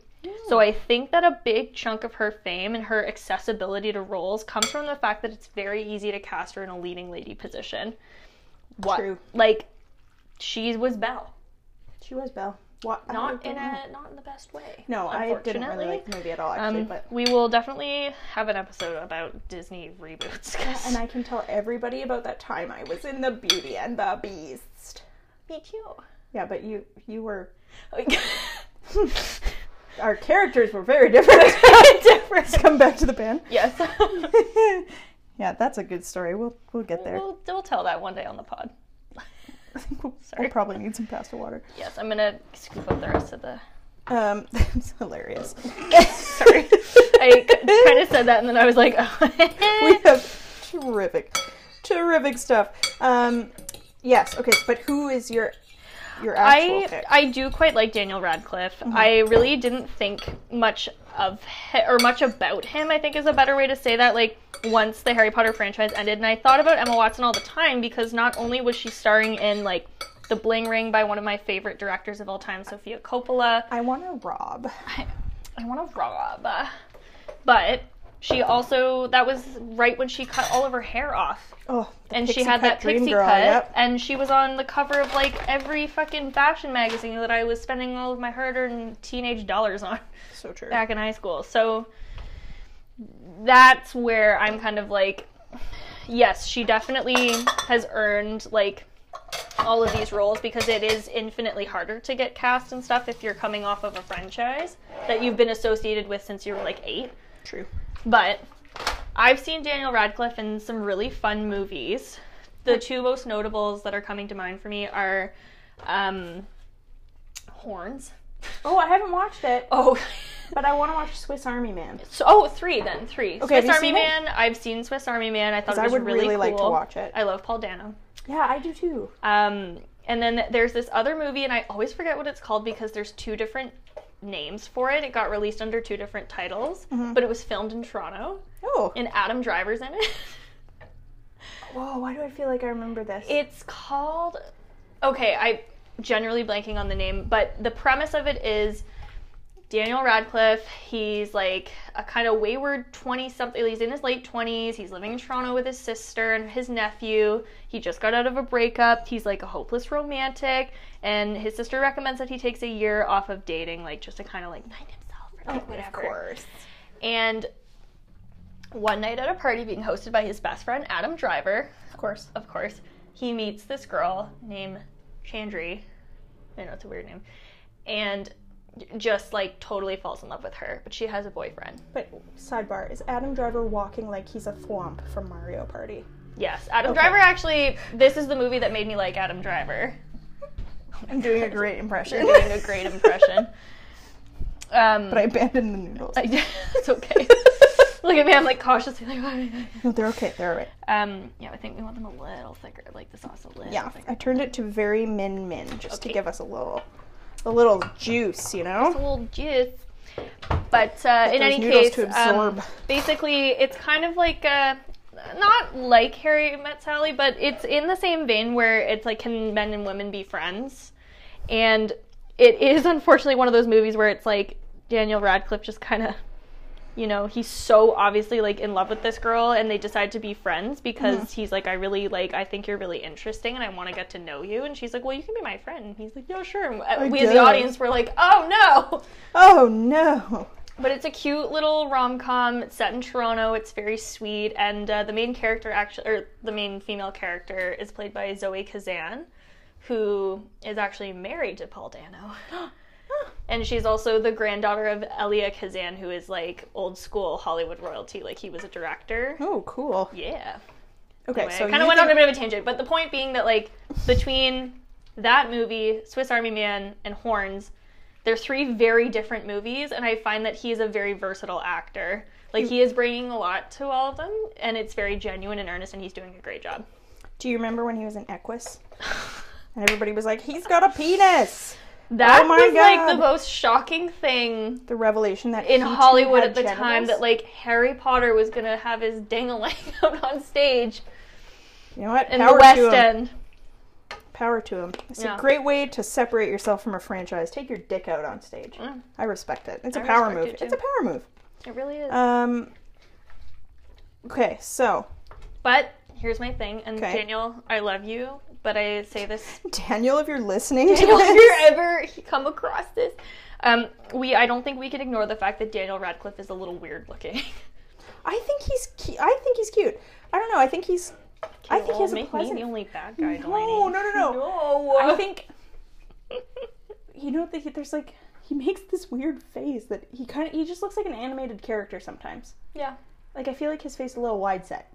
Speaker 2: So
Speaker 1: Hmm.
Speaker 2: I think that a big chunk of her fame and her accessibility to roles comes from the fact that it's very easy to cast her in a leading lady position. What?
Speaker 1: True.
Speaker 2: Like she was Belle,
Speaker 1: She was Belle. What? I
Speaker 2: not
Speaker 1: don't
Speaker 2: in
Speaker 1: know.
Speaker 2: a not in the best way.
Speaker 1: No, I didn't really
Speaker 2: unfortunately.
Speaker 1: like the movie at all, actually.
Speaker 2: Um,
Speaker 1: but
Speaker 2: we will definitely have an episode about Disney reboots. 'cause-
Speaker 1: and I can tell everybody about that time I was in The Beauty and the Beast.
Speaker 2: me too.
Speaker 1: Yeah, but you you were
Speaker 2: Oh Like-
Speaker 1: our characters were very different. Let's come back to the band.
Speaker 2: Yes.
Speaker 1: yeah, that's a good story. We'll we'll get there.
Speaker 2: we'll, we'll tell that one day on the pod.
Speaker 1: I think we'll,
Speaker 2: Sorry.
Speaker 1: we'll probably need some pasta water.
Speaker 2: Yes, I'm gonna scoop up the rest of the.
Speaker 1: Um, it's hilarious.
Speaker 2: Sorry, I kind of said that, and then I was like,
Speaker 1: we have terrific, terrific stuff. Um, yes. Okay, but who is your your actual
Speaker 2: I
Speaker 1: pick?
Speaker 2: I do quite like Daniel Radcliffe. I really didn't think much of hi- or much about him. I think is a better way to say that. Like once the Harry Potter franchise ended, and I thought about Emma Watson all the time because not only was she starring in like The Bling Ring by one of my favorite directors of all time, Sofia Coppola.
Speaker 1: I want to rob.
Speaker 2: I, I want to rob. But she also that was right when she cut all of her hair off,
Speaker 1: Oh, the
Speaker 2: and she
Speaker 1: pixie
Speaker 2: had
Speaker 1: cut
Speaker 2: that
Speaker 1: dream
Speaker 2: pixie
Speaker 1: girl,
Speaker 2: cut,
Speaker 1: Yep.
Speaker 2: and she was on the cover of like every fucking fashion magazine that I was spending all of my hard-earned teenage dollars on
Speaker 1: So true.
Speaker 2: back in high school. So that's where I'm kind of like, yes, she definitely has earned like all of these roles because it is infinitely harder to get cast and stuff if you're coming off of a franchise that you've been associated with since you were like eight.
Speaker 1: True.
Speaker 2: But I've seen Daniel Radcliffe in some really fun movies. The two most notables that are coming to mind for me are um, Horns.
Speaker 1: Oh, I haven't watched it,
Speaker 2: Oh,
Speaker 1: but I want to watch Swiss Army Man.
Speaker 2: So, oh, three then, three.
Speaker 1: Okay, have
Speaker 2: Swiss
Speaker 1: you
Speaker 2: Army
Speaker 1: seen
Speaker 2: Man. I've seen Swiss Army Man. I thought
Speaker 1: 'Cause
Speaker 2: it
Speaker 1: I
Speaker 2: was
Speaker 1: would
Speaker 2: really,
Speaker 1: really like
Speaker 2: cool.
Speaker 1: to watch it.
Speaker 2: I love Paul Dano.
Speaker 1: Yeah, I do too.
Speaker 2: Um, And then there's this other movie, and I always forget what it's called because there's two different names for it. It got released under two different titles,
Speaker 1: Mm-hmm.
Speaker 2: but it was filmed in Toronto,
Speaker 1: Oh.
Speaker 2: and Adam Driver's in it.
Speaker 1: Whoa, why do I feel like I remember this?
Speaker 2: It's called. Okay, I generally blanking on the name, but the premise of it is Daniel Radcliffe. He's like a kind of wayward twenty something. He's in his late twenties. He's living in Toronto with his sister and his nephew. He just got out of a breakup. He's like a hopeless romantic, and his sister recommends that he takes a year off of dating, like just to kind of like find himself or like,
Speaker 1: Oh, of
Speaker 2: whatever.
Speaker 1: course.
Speaker 2: And one night at a party being hosted by his best friend Adam Driver,
Speaker 1: Of course.
Speaker 2: of course, he meets this girl named Chandri. I know it's a weird name. And j- just like totally falls in love with her, but she has a boyfriend.
Speaker 1: But sidebar, is Adam Driver walking like he's a thwomp from Mario Party?
Speaker 2: Yes, Adam
Speaker 1: Okay.
Speaker 2: Driver actually, this is the movie that made me like Adam Driver.
Speaker 1: I'm doing a great impression.
Speaker 2: You're doing a great impression. Um,
Speaker 1: but I abandoned the noodles.
Speaker 2: I- it's okay. Look at me, I'm like cautiously like,
Speaker 1: No, they're okay. They're all right.
Speaker 2: um, yeah, I think we want them a little thicker, like the sauce a little
Speaker 1: Yeah,
Speaker 2: thicker.
Speaker 1: I turned it to very min min just to
Speaker 2: Okay.
Speaker 1: give us a little, a little juice, you know.
Speaker 2: a little juice. But uh, in
Speaker 1: those
Speaker 2: any
Speaker 1: noodles
Speaker 2: case,
Speaker 1: to
Speaker 2: um,
Speaker 1: absorb.
Speaker 2: basically, it's kind of like uh not like Harry Met Sally, but it's in the same vein where it's like can men and women be friends? And it is unfortunately one of those movies where it's like Daniel Radcliffe just kind of. You know, he's so obviously like in love with this girl, and they decide to be friends because
Speaker 1: Mm-hmm.
Speaker 2: he's like, I really like, I think you're really interesting, and I want to get to know you. And she's like, Well, you can be my friend. And he's like, Yeah, sure. And we, as the
Speaker 1: guess.
Speaker 2: audience, were like, Oh no!
Speaker 1: Oh no!
Speaker 2: But it's a cute little rom com set in Toronto. It's very sweet, and uh, the main character actually, or the main female character, is played by Zoe Kazan, who is actually married to Paul Dano, and she's also the granddaughter of Elia Kazan, who is like old school Hollywood royalty. Like he was a director.
Speaker 1: Oh, cool.
Speaker 2: Yeah.
Speaker 1: Okay,
Speaker 2: Anyway,
Speaker 1: so
Speaker 2: I kind
Speaker 1: you
Speaker 2: of went
Speaker 1: think-
Speaker 2: on a bit of a tangent, but the point being that like between that movie, Swiss Army Man, and Horns, they're three very different movies, and I find that he is a very versatile actor. Like he is bringing a lot to all of them, and it's very genuine and earnest, and he's doing a great job.
Speaker 1: Do you remember when he was in Equus? And everybody was like, "He's got a penis."
Speaker 2: That
Speaker 1: Oh my
Speaker 2: was like the
Speaker 1: God.
Speaker 2: most shocking thing
Speaker 1: The revelation that
Speaker 2: in
Speaker 1: he too
Speaker 2: Hollywood
Speaker 1: had
Speaker 2: at the time
Speaker 1: genitals.
Speaker 2: that like Harry Potter was gonna have his dangling out on stage
Speaker 1: you know what
Speaker 2: in
Speaker 1: power
Speaker 2: the West
Speaker 1: to him.
Speaker 2: End.
Speaker 1: Power to him. It's
Speaker 2: Yeah.
Speaker 1: a great way to separate yourself from a franchise. Take your dick out on stage.
Speaker 2: Mm.
Speaker 1: I respect it. It's a
Speaker 2: I
Speaker 1: power
Speaker 2: respect
Speaker 1: move.
Speaker 2: it too.
Speaker 1: it's a power move.
Speaker 2: It really is.
Speaker 1: Um. Okay, so
Speaker 2: But here's my thing, and
Speaker 1: Okay.
Speaker 2: Daniel, I love you, but I say this
Speaker 1: Daniel, if you're listening, to
Speaker 2: Daniel, if
Speaker 1: this-
Speaker 2: you ever come across this, um, we I don't think we can ignore the fact that Daniel Radcliffe is a little weird looking.
Speaker 1: I think he's cu- I think he's cute. I don't know. I think he's. I think he
Speaker 2: he's
Speaker 1: has a
Speaker 2: make
Speaker 1: pleasant.
Speaker 2: me the only bad guy.
Speaker 1: no, no, no, no.
Speaker 2: no.
Speaker 1: I think you know that he- there's like he makes this weird face that he kind of he just looks like an animated character sometimes.
Speaker 2: yeah.
Speaker 1: Like I feel like his face is a little wide set.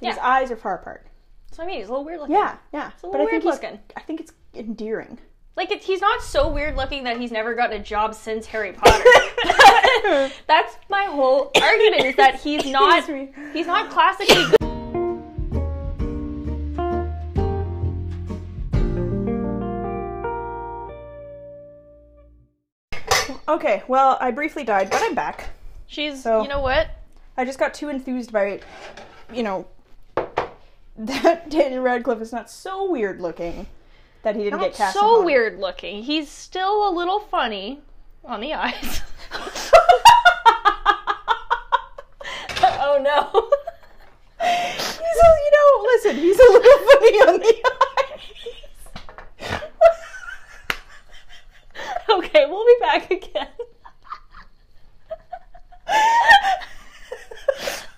Speaker 1: And His
Speaker 2: Yeah.
Speaker 1: eyes are far apart.
Speaker 2: So I mean, he's a little weird looking.
Speaker 1: Yeah, yeah.
Speaker 2: a little
Speaker 1: I think
Speaker 2: weird
Speaker 1: he's-
Speaker 2: looking.
Speaker 1: I think it's endearing.
Speaker 2: Like it's, he's not so weird looking that he's never gotten a job since Harry Potter. That's my whole argument is that he's not
Speaker 1: Excuse me.
Speaker 2: he's not classically good.
Speaker 1: Okay, well, I briefly died, but I'm back.
Speaker 2: She's
Speaker 1: So-
Speaker 2: you know what?
Speaker 1: I just got too enthused by, you know, that Daniel Radcliffe is not so weird looking that he didn't
Speaker 2: Not
Speaker 1: get cast. in
Speaker 2: so
Speaker 1: Hollywood.
Speaker 2: weird looking. He's still a little funny on the eyes. oh no.
Speaker 1: He's, a, you know, listen, he's a little funny on the eyes.
Speaker 2: Okay, we'll be back again.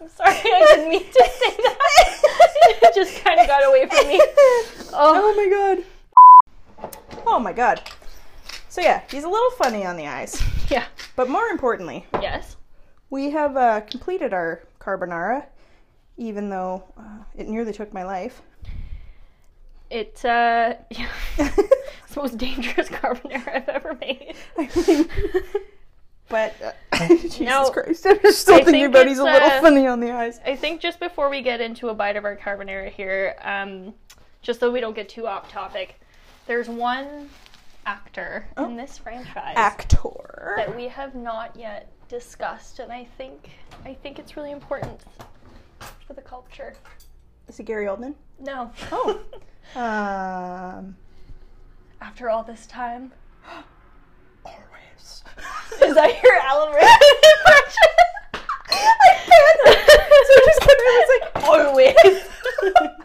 Speaker 2: I'm sorry, I didn't mean to say that. it just kind of got away from me.
Speaker 1: Oh
Speaker 2: Oh,
Speaker 1: my god. Oh my god. So yeah, he's a little funny on the eyes.
Speaker 2: yeah.
Speaker 1: But more importantly,
Speaker 2: Yes.
Speaker 1: we have uh, completed our carbonara, even though uh, it nearly took my life.
Speaker 2: It, uh, yeah.
Speaker 1: I
Speaker 2: It's the most dangerous carbonara I've ever made.
Speaker 1: mean, but uh, Jesus
Speaker 2: No.
Speaker 1: Christ, I'm just still
Speaker 2: I
Speaker 1: thinking
Speaker 2: think
Speaker 1: about he's a
Speaker 2: it's,
Speaker 1: little
Speaker 2: uh,
Speaker 1: funny on the eyes.
Speaker 2: I think just before we get into a bite of our carbonara here, um, just so we don't get too off topic, There's one actor
Speaker 1: Oh.
Speaker 2: in this franchise
Speaker 1: Actor.
Speaker 2: that we have not yet discussed, and I think I think it's really important for the culture.
Speaker 1: Is it Gary Oldman?
Speaker 2: No.
Speaker 1: Oh. Um.
Speaker 2: After all this time,
Speaker 1: Always.
Speaker 2: is that your Alan Rickman
Speaker 1: I can't. So I just kept, I was like,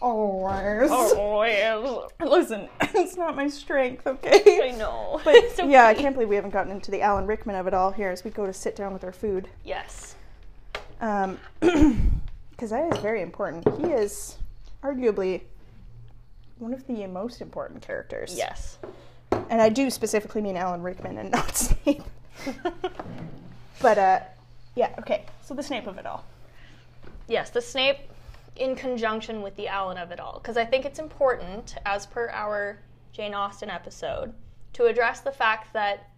Speaker 1: always. always.
Speaker 2: Always.
Speaker 1: Listen, it's not my strength, okay?
Speaker 2: I know.
Speaker 1: But
Speaker 2: So-
Speaker 1: yeah, I can't believe we haven't gotten into the Alan Rickman of it all here as we go to sit down with our food.
Speaker 2: Yes.
Speaker 1: Um, because that is very important. He is arguably one of the most important characters.
Speaker 2: Yes.
Speaker 1: And I do specifically mean Alan Rickman and not Snape. But, uh, yeah, okay. So the Snape of it all.
Speaker 2: yes, the Snape in conjunction with the Allen of it all. Because I think it's important, as per our Jane Austen episode, to address the fact that,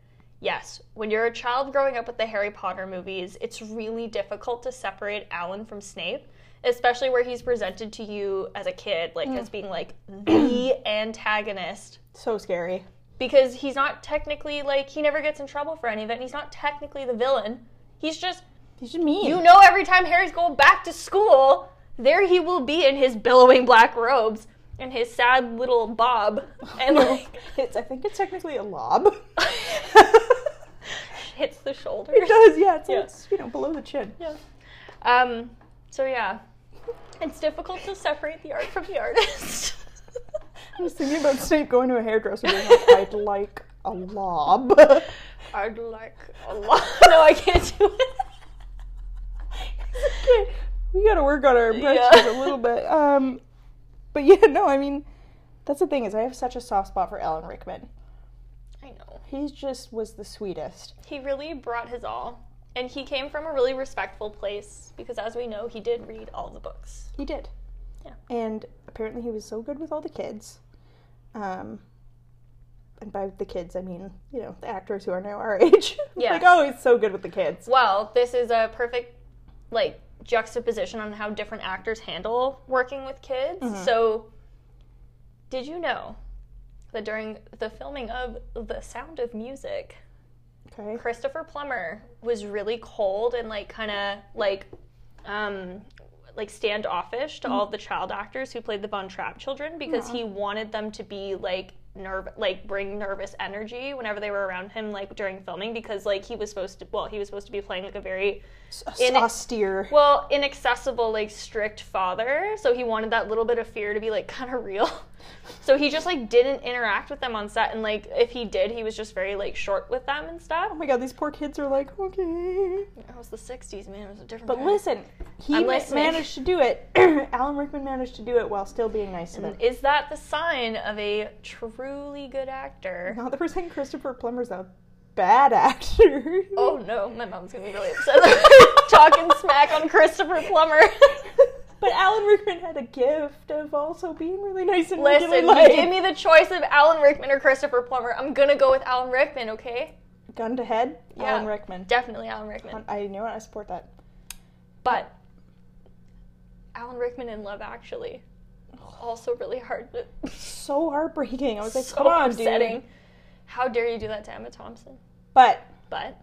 Speaker 2: yes, when you're a child growing up with the Harry Potter movies, it's really difficult to separate Allen from Snape, especially where he's presented to you as a kid, like as being like the antagonist
Speaker 1: So scary.
Speaker 2: because he's not technically like he never gets in trouble for any of it and he's not technically the villain he's just
Speaker 1: He's just mean.
Speaker 2: you know every time harry's going back to school there he will be in his billowing black robes and his sad little bob and like
Speaker 1: it's, I think it's technically a lob.
Speaker 2: hits the shoulder
Speaker 1: It does, yeah. It's,
Speaker 2: Yeah.
Speaker 1: it's you know below the chin.
Speaker 2: yeah. um so yeah it's difficult to separate the art from the artist
Speaker 1: I was thinking about Snape going to a hairdresser. Being like, I'd like a lob. okay.
Speaker 2: i'd like a lot no i can't do it
Speaker 1: We got to work on our impressions a little bit. Um, but yeah, no, I mean, that's the thing is I have such a soft spot for Alan Rickman.
Speaker 2: i know
Speaker 1: He just was the sweetest.
Speaker 2: He really brought his all. And he came from a really respectful place because, as we know, he did read all the books.
Speaker 1: He did.
Speaker 2: Yeah.
Speaker 1: And apparently he was so good with all the kids. Um, and by the kids, I mean, you know, the actors who are now our age.
Speaker 2: Yes.
Speaker 1: like, oh, he's so good with the kids.
Speaker 2: Well, this is a perfect, like, juxtaposition on how different actors handle working with kids. So, did you know that during the filming of The Sound of Music,
Speaker 1: Okay.
Speaker 2: Christopher Plummer was really cold and like kind of like um like standoffish to all the child actors who played the Von Trapp children because he wanted them to be like nerve like bring nervous energy whenever they were around him like during filming because like he was supposed to well he was supposed to be playing like a very
Speaker 1: S-
Speaker 2: In-
Speaker 1: austere.
Speaker 2: well inaccessible like strict father so he wanted that little bit of fear to be like kind of real so he just like didn't interact with them on set and like if he did he was just very like short with them and stuff
Speaker 1: Oh my god, these poor kids are like, okay.
Speaker 2: It was Oh, the '60s, man. It was a different.
Speaker 1: But
Speaker 2: time.
Speaker 1: listen, he
Speaker 2: I'm
Speaker 1: ma-
Speaker 2: listening.
Speaker 1: managed to do it. Alan Rickman managed to do it while still being nice to them.
Speaker 2: is that the sign of a truly good actor?
Speaker 1: Not that we're saying Christopher Plummer's a bad actor.
Speaker 2: Oh no, my mom's gonna be really upset. Talking smack on Christopher Plummer.
Speaker 1: But Alan Rickman had a gift of also being really nice and
Speaker 2: Listen,
Speaker 1: regular
Speaker 2: you
Speaker 1: life.
Speaker 2: give me the choice of Alan Rickman or Christopher Plummer. I'm gonna go with Alan Rickman, okay?
Speaker 1: Gun to head,
Speaker 2: Yeah.
Speaker 1: Alan Rickman.
Speaker 2: Definitely Alan Rickman.
Speaker 1: I you know what I support that.
Speaker 2: But Alan Rickman in Love Actually, also really hard. To,
Speaker 1: So heartbreaking. I was like,
Speaker 2: so
Speaker 1: come on,
Speaker 2: upsetting.
Speaker 1: dude.
Speaker 2: How dare you do that to Emma Thompson?
Speaker 1: But
Speaker 2: But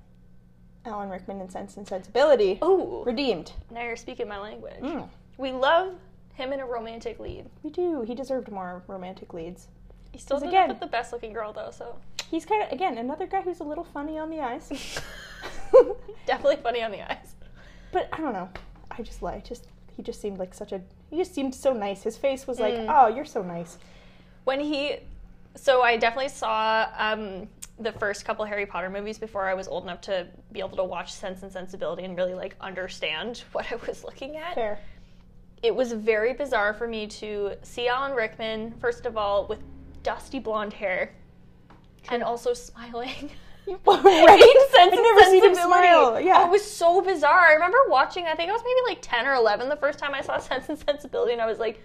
Speaker 1: Alan Rickman in Sense and Sensibility
Speaker 2: oh,
Speaker 1: redeemed.
Speaker 2: now you're speaking my language.
Speaker 1: Mm.
Speaker 2: We love him in a romantic lead.
Speaker 1: We do. He deserved more romantic leads.
Speaker 2: He still
Speaker 1: 'Cause
Speaker 2: did
Speaker 1: again-
Speaker 2: with the best looking girl though, so
Speaker 1: He's kind of again another guy who's a little funny on the eyes.
Speaker 2: definitely funny on the eyes.
Speaker 1: But I don't know. I just like just he just seemed like such a he just seemed so nice. His face was like,
Speaker 2: Mm.
Speaker 1: "Oh, you're so nice."
Speaker 2: When he, so I definitely saw um, the first couple Harry Potter movies before I was old enough to be able to watch Sense and Sensibility and really like understand what I was looking at.
Speaker 1: Fair.
Speaker 2: It was very bizarre for me to see Alan Rickman first of all with dusty blonde hair, and also smiling.
Speaker 1: right?
Speaker 2: Sense
Speaker 1: I've
Speaker 2: and
Speaker 1: never seen him
Speaker 2: Sensibility.
Speaker 1: smile. Yeah.
Speaker 2: Oh, it was so bizarre. I remember watching. I think I was maybe like ten or eleven the first time I saw Sense and Sensibility, and I was like,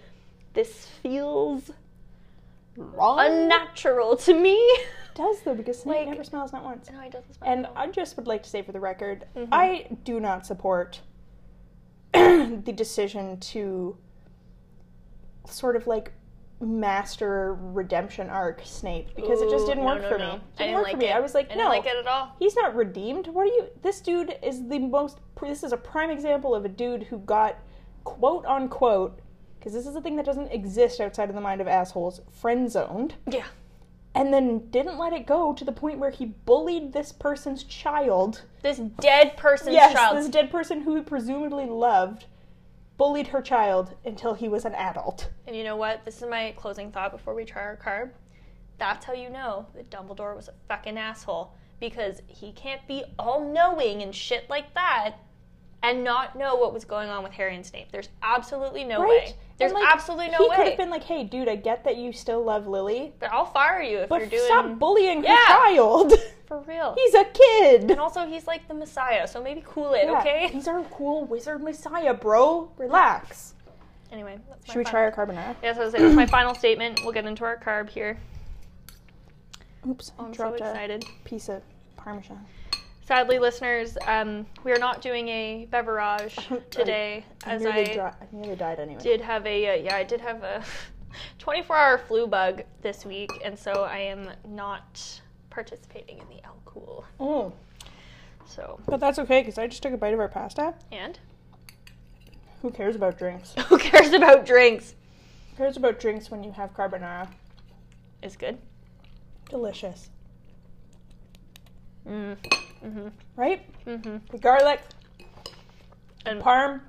Speaker 2: "This feels
Speaker 1: wrong.
Speaker 2: unnatural to me."
Speaker 1: does though because Snape
Speaker 2: Like-
Speaker 1: never smiles not once.
Speaker 2: No, he doesn't smile.
Speaker 1: And uh,
Speaker 2: though.
Speaker 1: I just would like to say for the record,
Speaker 2: Mm-hmm.
Speaker 1: I do not support the decision to sort of like master redemption arc Snape because it just didn't
Speaker 2: Ooh,
Speaker 1: work
Speaker 2: no,
Speaker 1: for
Speaker 2: no,
Speaker 1: me.
Speaker 2: no.
Speaker 1: Didn't
Speaker 2: I didn't
Speaker 1: work
Speaker 2: like
Speaker 1: for me.
Speaker 2: it.
Speaker 1: I was like,
Speaker 2: I
Speaker 1: no,
Speaker 2: didn't like it at all.
Speaker 1: he's not redeemed. What are you? This dude is the most. This is a prime example of a dude who got quote unquote because this is a thing that doesn't exist outside of the mind of assholes. Friend zoned
Speaker 2: Yeah.
Speaker 1: and then didn't let it go to the point where he bullied this person's child.
Speaker 2: This dead person's
Speaker 1: yes,
Speaker 2: child.
Speaker 1: this dead person who he presumably loved bullied her child until he was an adult.
Speaker 2: And you know what? This is my closing thought before we try our carb. That's how you know that Dumbledore was a fucking asshole because he can't be all knowing and shit like that and not know what was going on with Harry and Snape. There's absolutely no
Speaker 1: Right?
Speaker 2: way. There's
Speaker 1: And, like,
Speaker 2: absolutely no
Speaker 1: he could
Speaker 2: way.
Speaker 1: have been like, "Hey, dude, I get that you still love Lily,
Speaker 2: but I'll fire you if
Speaker 1: but
Speaker 2: you're doing
Speaker 1: stop bullying
Speaker 2: Yeah.
Speaker 1: her child.
Speaker 2: for real.
Speaker 1: he's a kid.
Speaker 2: and also, he's like the Messiah, so maybe cool it,
Speaker 1: Yeah,
Speaker 2: okay?
Speaker 1: he's our cool wizard messiah, bro. Relax.
Speaker 2: Anyway, that's my
Speaker 1: Should we
Speaker 2: final-
Speaker 1: try our carbonara?
Speaker 2: Yes, I was saying, that's my final statement. We'll get into our carb here.
Speaker 1: Oops,
Speaker 2: Oh,
Speaker 1: I
Speaker 2: I'm so
Speaker 1: dropped a
Speaker 2: excited.
Speaker 1: piece of parmesan.
Speaker 2: Sadly, listeners, um, we are not doing a beverage today,
Speaker 1: I
Speaker 2: as
Speaker 1: nearly,
Speaker 2: I
Speaker 1: dri- I nearly died anyway.
Speaker 2: did have a uh, yeah, I did have a 24-hour flu bug this week, and so I am not participating in the alcohol.
Speaker 1: Mm.
Speaker 2: So
Speaker 1: But that's okay because I just took a bite of our pasta.
Speaker 2: and
Speaker 1: Who cares about drinks? Who
Speaker 2: who cares about drinks?
Speaker 1: cares about drinks when you have carbonara?
Speaker 2: It's good.
Speaker 1: Delicious,
Speaker 2: Mm. Mhm.
Speaker 1: right?
Speaker 2: Mhm.
Speaker 1: The garlic,
Speaker 2: And
Speaker 1: parm.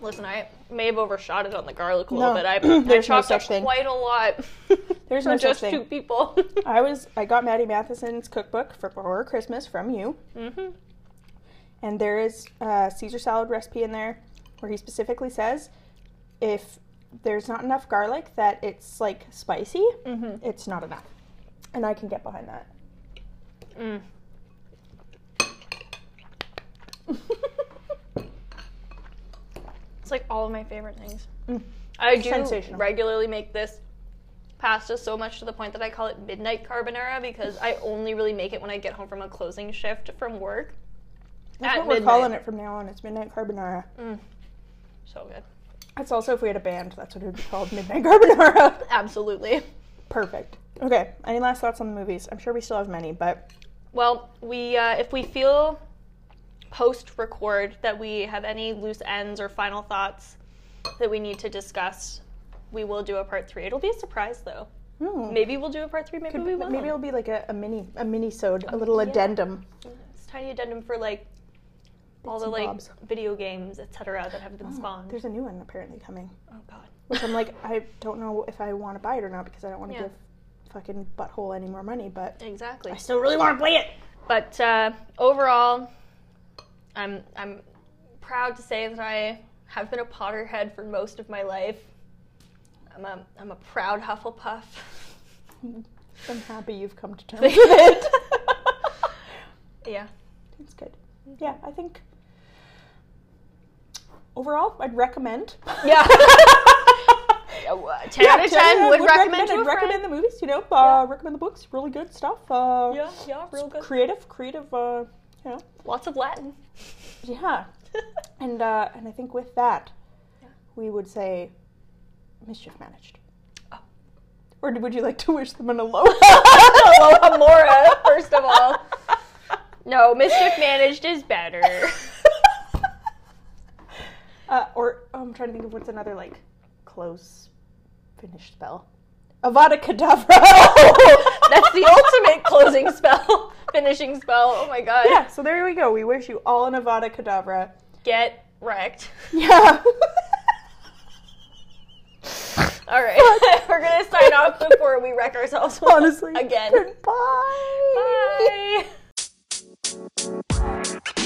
Speaker 2: listen, I may have overshot it on the garlic a
Speaker 1: No,
Speaker 2: little bit. I, I
Speaker 1: there's no
Speaker 2: chopped
Speaker 1: such
Speaker 2: up
Speaker 1: thing.
Speaker 2: quite a lot
Speaker 1: There's
Speaker 2: for
Speaker 1: no such
Speaker 2: just
Speaker 1: thing.
Speaker 2: two people.
Speaker 1: I was I got Maddie Matheson's cookbook for before Christmas from you,
Speaker 2: mhm.
Speaker 1: and there is a Caesar salad recipe in there where he specifically says if there's not enough garlic that it's like spicy,
Speaker 2: Mhm.
Speaker 1: it's not enough, and I can get behind that.
Speaker 2: Mm. It's like all of my favorite things.
Speaker 1: Mm.
Speaker 2: I do
Speaker 1: Sensational.
Speaker 2: regularly make this pasta so much to the point that I call it midnight carbonara because I only really make it when I get home from a closing shift from work.
Speaker 1: That's
Speaker 2: At
Speaker 1: what we're
Speaker 2: midnight.
Speaker 1: calling it from now on. It's midnight carbonara.
Speaker 2: So good.
Speaker 1: That's also if we had a band, that's what it would be called, midnight carbonara.
Speaker 2: Absolutely.
Speaker 1: Perfect. Okay. Any last thoughts on the movies? I'm sure we still have many, but
Speaker 2: Well, we uh, if we feel post record that we have any loose ends or final thoughts that we need to discuss, we will do a part three. It'll be a surprise though.
Speaker 1: hmm.
Speaker 2: Maybe we'll do a part three. Maybe
Speaker 1: Could-
Speaker 2: we will. Oh,
Speaker 1: maybe it'll be like a, a mini a mini sode, a little
Speaker 2: yeah.
Speaker 1: addendum.
Speaker 2: It's tiny addendum for like all
Speaker 1: Bits
Speaker 2: the
Speaker 1: and
Speaker 2: like
Speaker 1: bobs. Oh,
Speaker 2: video games, etc., that have been spawned.
Speaker 1: There's a new one apparently coming.
Speaker 2: Oh god.
Speaker 1: Which I'm like, I don't know if I want to buy it or not because I don't want to
Speaker 2: Yeah.
Speaker 1: give fucking butthole any more money, but
Speaker 2: Exactly.
Speaker 1: I still really want to play it.
Speaker 2: But uh, overall, I'm I'm proud to say that I have been a Potterhead for most of my life. I'm a I'm a proud Hufflepuff.
Speaker 1: I'm happy you've come to terms with it.
Speaker 2: yeah.
Speaker 1: It's good. Yeah, I think overall, I'd recommend.
Speaker 2: Yeah. ten out of ten, would, recommend. to a
Speaker 1: I'd recommend
Speaker 2: friend.
Speaker 1: the movies. You know, uh,
Speaker 2: Yeah.
Speaker 1: recommend the books. Really good stuff. Uh,
Speaker 2: Yeah, yeah, real good.
Speaker 1: Creative, creative. Uh, you know,
Speaker 2: Lots of Latin.
Speaker 1: yeah. And uh, and I think with that,
Speaker 2: Yeah.
Speaker 1: we would say mischief managed.
Speaker 2: Oh.
Speaker 1: Or would you like to wish them an aloha?
Speaker 2: Aloha mora, first of all. No, mischief managed is better.
Speaker 1: Uh, or oh, I'm trying to think of what's another like close finished spell. Avada Kedavra.
Speaker 2: That's the ultimate closing spell, finishing spell. Oh my god.
Speaker 1: Yeah. So there we go. We wish you all an Avada Kedavra.
Speaker 2: Get wrecked.
Speaker 1: Yeah.
Speaker 2: All right. We're going to sign off before we wreck ourselves
Speaker 1: Oh, Honestly.
Speaker 2: again.
Speaker 1: Goodbye.
Speaker 2: Bye.